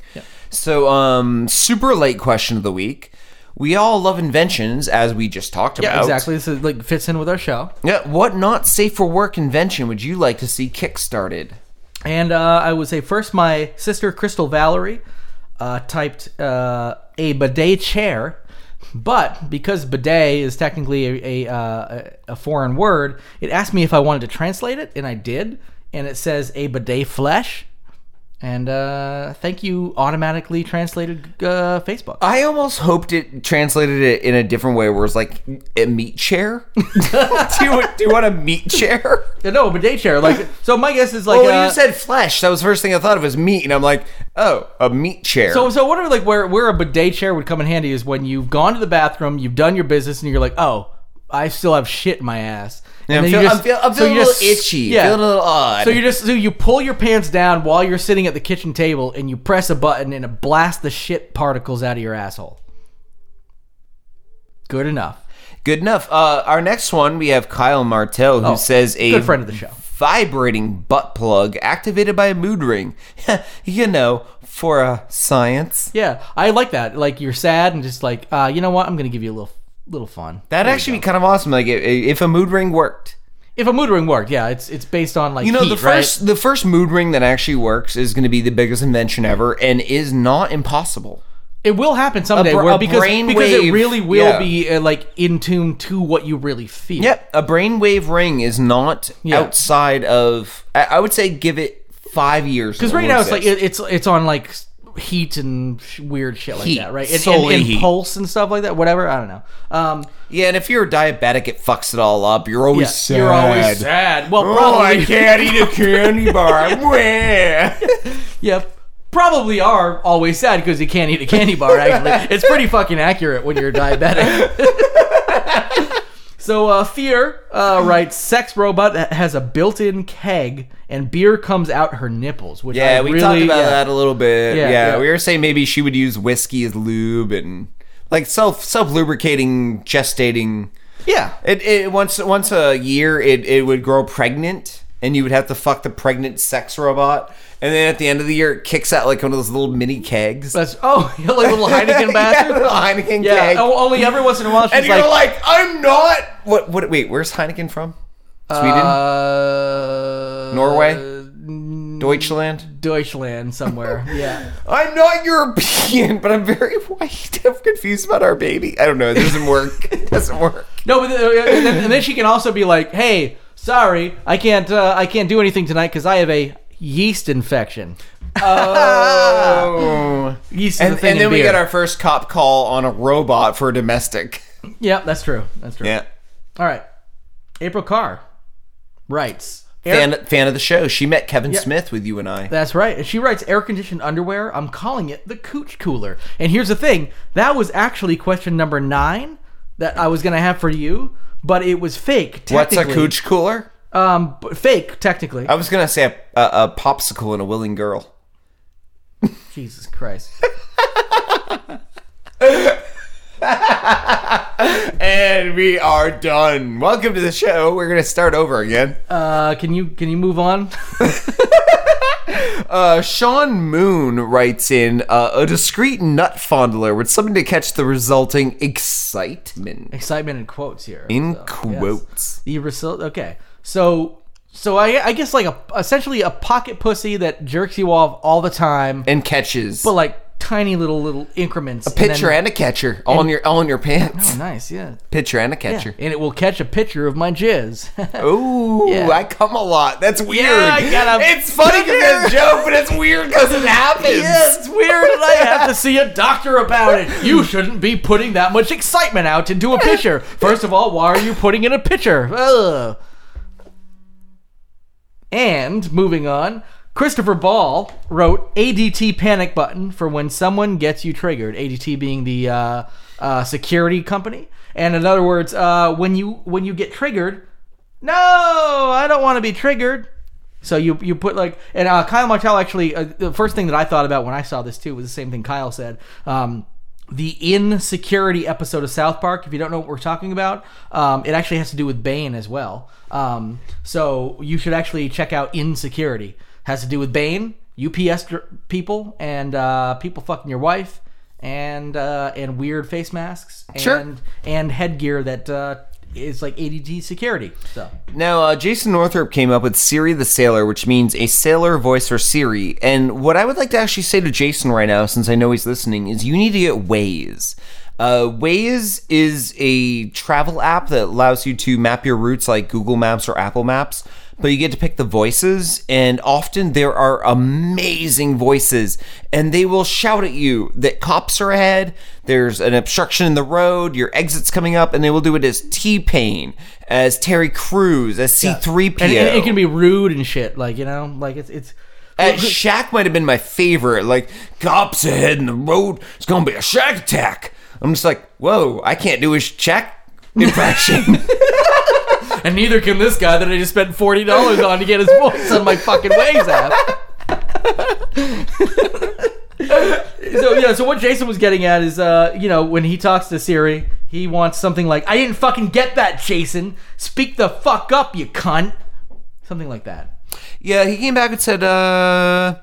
S2: So, um, super late question of the week. We all love inventions, as we just talked about.
S3: Exactly. This is, like fits in with our show.
S2: Yeah. What not safe for work invention would you like to see kickstarted?
S3: And uh, I would say first, my sister Crystal Valerie uh, typed uh, a bidet chair, but because bidet is technically a, a, uh, a foreign word, it asked me if I wanted to translate it, and I did. And it says a bidet flesh. And uh, thank you, automatically translated uh, Facebook.
S2: I almost hoped it translated it in a different way, where it's like a meat chair. do, you, do you want a meat chair?
S3: no, bidet chair. Like, so my guess is like
S2: Well, Oh, when
S3: uh,
S2: you said flesh, that was the first thing I thought of was meat, and I'm like, oh, a meat chair.
S3: So, so what are like where where a bidet chair would come in handy is when you've gone to the bathroom, you've done your business, and you're like, oh, I still have shit in my ass. And
S2: Yeah, I'm,
S3: then you
S2: feel,
S3: just-
S2: I'm, feel, I'm
S3: so
S2: feeling
S3: you
S2: a
S3: just-
S2: little itchy.
S3: Yeah.
S2: Feeling a little odd.
S3: so you just so you pull your pants down while you're sitting at the kitchen table, and you press a button, and it blasts the shit particles out of your asshole. Good enough.
S2: Good enough. Uh, our next one, we have Kyle Martell, who
S3: Oh,
S2: says a
S3: good friend of the show.
S2: vibrating butt plug activated by a mood ring. you know, for a science.
S3: Yeah, I like that. Like you're sad and just like, uh, you know what? I'm gonna give you a little little fun.
S2: That'd actually be kind of awesome. Like, i- i- if a mood ring worked.
S3: If a mood ring worked, yeah, it's it's based on like
S2: You know,
S3: heat,
S2: the
S3: right?
S2: first the first mood ring that actually works is going to be the biggest invention ever, and is not impossible.
S3: It will happen someday,
S2: br-
S3: where-
S2: a
S3: because
S2: brain
S3: because it
S2: wave,
S3: really will
S2: yeah.
S3: be uh, like in tune to what you really feel.
S2: Yep, a brainwave ring is not
S3: Yeah.
S2: outside of. I, I would say give it five years.
S3: Because right now it's like it, it's it's on like s- heat and sh- weird shit like
S2: Heat.
S3: that, right?
S2: Solely
S3: and,
S2: heat.
S3: pulse and stuff like that. Whatever, I don't know. Um,
S2: yeah, and if you're a diabetic, it fucks it all up. You're always
S3: yeah,
S2: sad.
S3: you're always sad. Well,
S2: Oh,
S3: probably.
S2: I can't eat a candy bar. Wah.
S3: Yep. probably are always sad because you can't eat a candy bar. Actually, it's pretty fucking accurate when you're diabetic. so uh, fear uh, writes, "Sex robot that has a built-in keg, and beer comes out her nipples." Which
S2: Yeah,
S3: I
S2: we
S3: really,
S2: talked about
S3: yeah.
S2: that a little bit.
S3: Yeah,
S2: Yeah,
S3: yeah.
S2: we were saying maybe she would use whiskey as lube and like self self lubricating gestating.
S3: Yeah,
S2: It, it once once a year it, it would grow pregnant and you would have to fuck the pregnant sex robot and then at the end of the year it kicks out like one of those little mini kegs.
S3: that's oh, like little Heineken
S2: yeah,
S3: bastard.
S2: little Heineken
S3: Yeah,
S2: keg.
S3: o- only every once in a while she's
S2: and you're
S3: like,
S2: like, I'm not. What? What? Wait, where's Heineken from? Sweden,
S3: uh,
S2: Norway?
S3: n-
S2: Deutschland.
S3: Deutschland somewhere. yeah.
S2: I'm not European, but I'm very white. I'm confused about our baby. I don't know. It doesn't work. It doesn't work.
S3: No, but uh, and, then, and then she can also be like, "Hey, sorry, I can't, uh, I can't do anything tonight because I have a yeast infection."
S2: Oh.
S3: Yeast is
S2: And,
S3: a Ah. thing
S2: and then
S3: in
S2: we
S3: beer.
S2: get our first cop call on a robot for a domestic.
S3: Yeah, that's true. That's true.
S2: Yeah.
S3: All right. April Carr writes. Air-
S2: Fan, fan of the show. She met Kevin Smith with you and I.
S3: That's right. And she writes air conditioned underwear. I'm calling it the cooch cooler. And here's the thing that was actually question number nine that I was going to have for you, but it was fake.
S2: What's a
S3: technically.
S2: cooch Oh. cooler?
S3: Um, b- fake, technically.
S2: I was going to say a, a, a popsicle and a willing girl.
S3: Jesus Christ.
S2: And we are done. Welcome to the show. We're going to start over again.
S3: Uh, can you can you move on?
S2: Uh, Sean Moon writes in uh, a discreet nut fondler with something to catch the resulting excitement.
S3: Excitement in quotes here.
S2: In
S3: So, Oh, yes.
S2: quotes.
S3: The result. Okay, so so I I guess like a essentially a pocket pussy that jerks you off all the time,
S2: And catches.
S3: but like tiny little little increments. and then-
S2: pitcher and, a catcher. All in your all in your pants.
S3: nice, yeah.
S2: Pitcher and a
S3: yeah.
S2: catcher.
S3: And it will catch a picture of my jizz.
S2: Ooh,
S3: Yeah.
S2: I come a lot. That's weird.
S3: I gotta-
S2: it's funny because it's a joke, but it's weird because it happens.
S3: Yeah, it's weird, and I have to see a doctor about it. You shouldn't be putting that much excitement out into a picture. First of all, why are you putting in a picture? Ugh. And moving on, Christopher Ball wrote ADT panic button for when someone gets you triggered. ADT being the uh, uh, security company, and in other words, uh, when you when you get triggered, no, I don't want to be triggered. So you you put like and uh, Kyle Martell actually uh, the first thing that I thought about when I saw this too was the same thing Kyle said. Um, the insecurity episode of South Park. If you don't know what we're talking about, um, it actually has to do with Bane as well. Um, so you should actually check out Insecurity. Has to do with Bane, UPS dr- people, and uh, people fucking your wife, and uh, and weird face masks, and
S2: Sure.
S3: and headgear that uh, is like ADT security. So
S2: Now, uh, Jason Northrup came up with Siri the Sailor, which means a sailor voice for Siri. And what I would like to actually say to Jason right now, since I know he's listening, is you need to get Waze. Uh, Waze is a travel app that allows you to map your routes like Google Maps or Apple Maps, but you get to pick the voices, and often there are amazing voices, and they will shout at you that cops are ahead, there's an obstruction in the road, your exit's coming up, and they will do it as T Pain, as Terry Crews, as C3PO.
S3: and, and it can be rude and shit. Like you know, like it's it's.
S2: Uh, Shaq might have been my favorite. Like, cops ahead in the road. It's gonna be a Shaq attack. I'm just like, whoa, I can't do his Shaq impression.
S3: And neither can this guy that I just spent forty dollars on to get his voice on my fucking Waze app. so yeah, so what Jason was getting at is, uh, you know, when he talks to Siri, he wants something like, "I didn't fucking get that, Jason. Speak the fuck up, you cunt." Something like that.
S2: yeah, he came back and said, uh,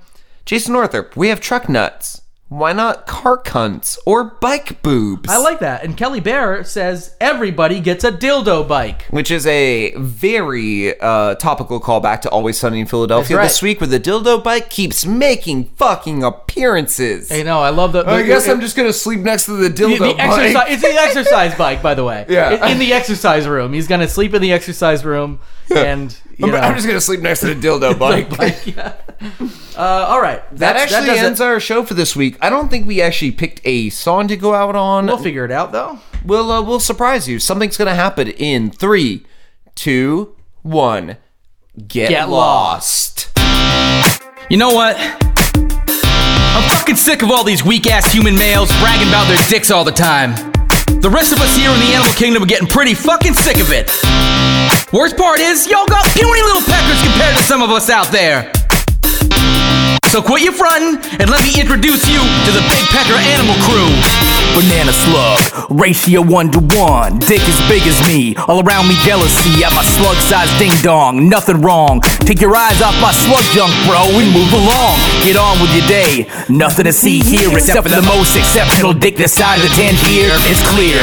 S2: Jason Northrup, we have truck nuts. Why not car cunts or bike boobs?
S3: I like that. And Kelly Bear says everybody gets a dildo bike.
S2: which is a very uh, topical callback to Always Sunny in Philadelphia
S3: That's right.
S2: this week, where the dildo bike keeps making fucking appearances.
S3: You know, I love the.
S2: I guess I'm just gonna sleep next to the dildo
S3: the, the
S2: bike.
S3: exercise. It's the exercise bike, by the way.
S2: Yeah.
S3: In, in the exercise room, he's gonna sleep in the exercise room, and you
S2: I'm,
S3: know,
S2: I'm just gonna sleep next to the dildo bike.
S3: bike. Yeah. Uh, all right.
S2: That
S3: That's-
S2: actually
S3: does it.
S2: ends our show for this week. I don't think we actually picked a song to go out on.
S3: We'll figure it out though.
S2: We'll uh, we'll surprise you. Something's gonna happen in three, two, one. Get,
S3: Get
S2: lost.
S3: You know what?
S4: sick of all these weak ass human males bragging about their dicks all the time. The rest of us here in the animal kingdom are getting pretty fucking sick of it. Worst part is, y'all got puny little peckers compared to some of us out there. So quit your frontin' and let me introduce you to the Big Pecker Animal Crew.
S3: Banana slug, ratio one to one. Dick as big as me, all around me jealousy at my slug size ding dong. Nothing wrong. Take your eyes off my slug junk, bro, and move along. Get on with your day. Nothing to see here except for the most exceptional dick the size of Tangier is clear.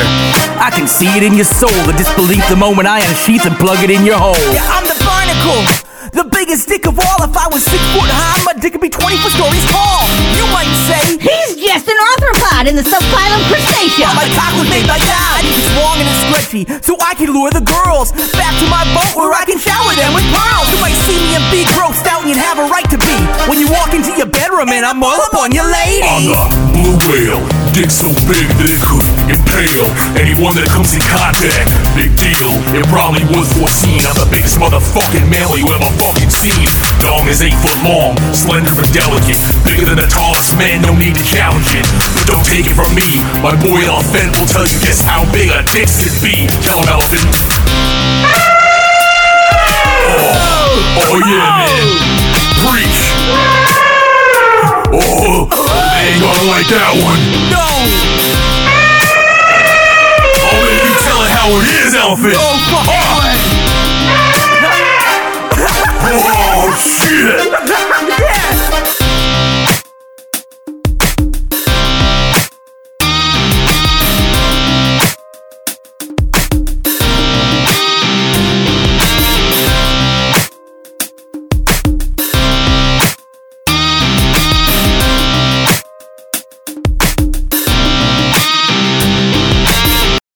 S3: I can see it in your soul, the disbelief the moment I unsheath and plug it in your hole. Yeah, I'm the barnacle. The biggest dick of all. If I was six foot high, my dick would be 24 stories tall. You might say,
S5: He's just an arthropod in the subphylum Crustacea.
S3: My cock was made by God. It's long and it's stretchy, so I can lure the girls back to my boat where I can shower them with pearls. You might see me and be grossed out, and you'd have a right to be. When you walk into your bedroom and I'm all up on your lady.
S6: I'm a blue whale. Dick so big that it could impale anyone that comes in contact. Big deal, it probably was foreseen. I'm the biggest motherfucking male you ever fucking seen. Dong is eight foot long, slender and delicate. Bigger than the tallest man, no need to challenge it. But don't take it from me, my boy Elephant will tell you just how big a dick should be. Tell him, Elephant. Oh, oh yeah, man. Preach. Oh, they ain't gonna like that one.
S3: No,
S6: Oh, man, you tell it how it is, Elephant.
S3: no fucking way.
S6: Oh, shit.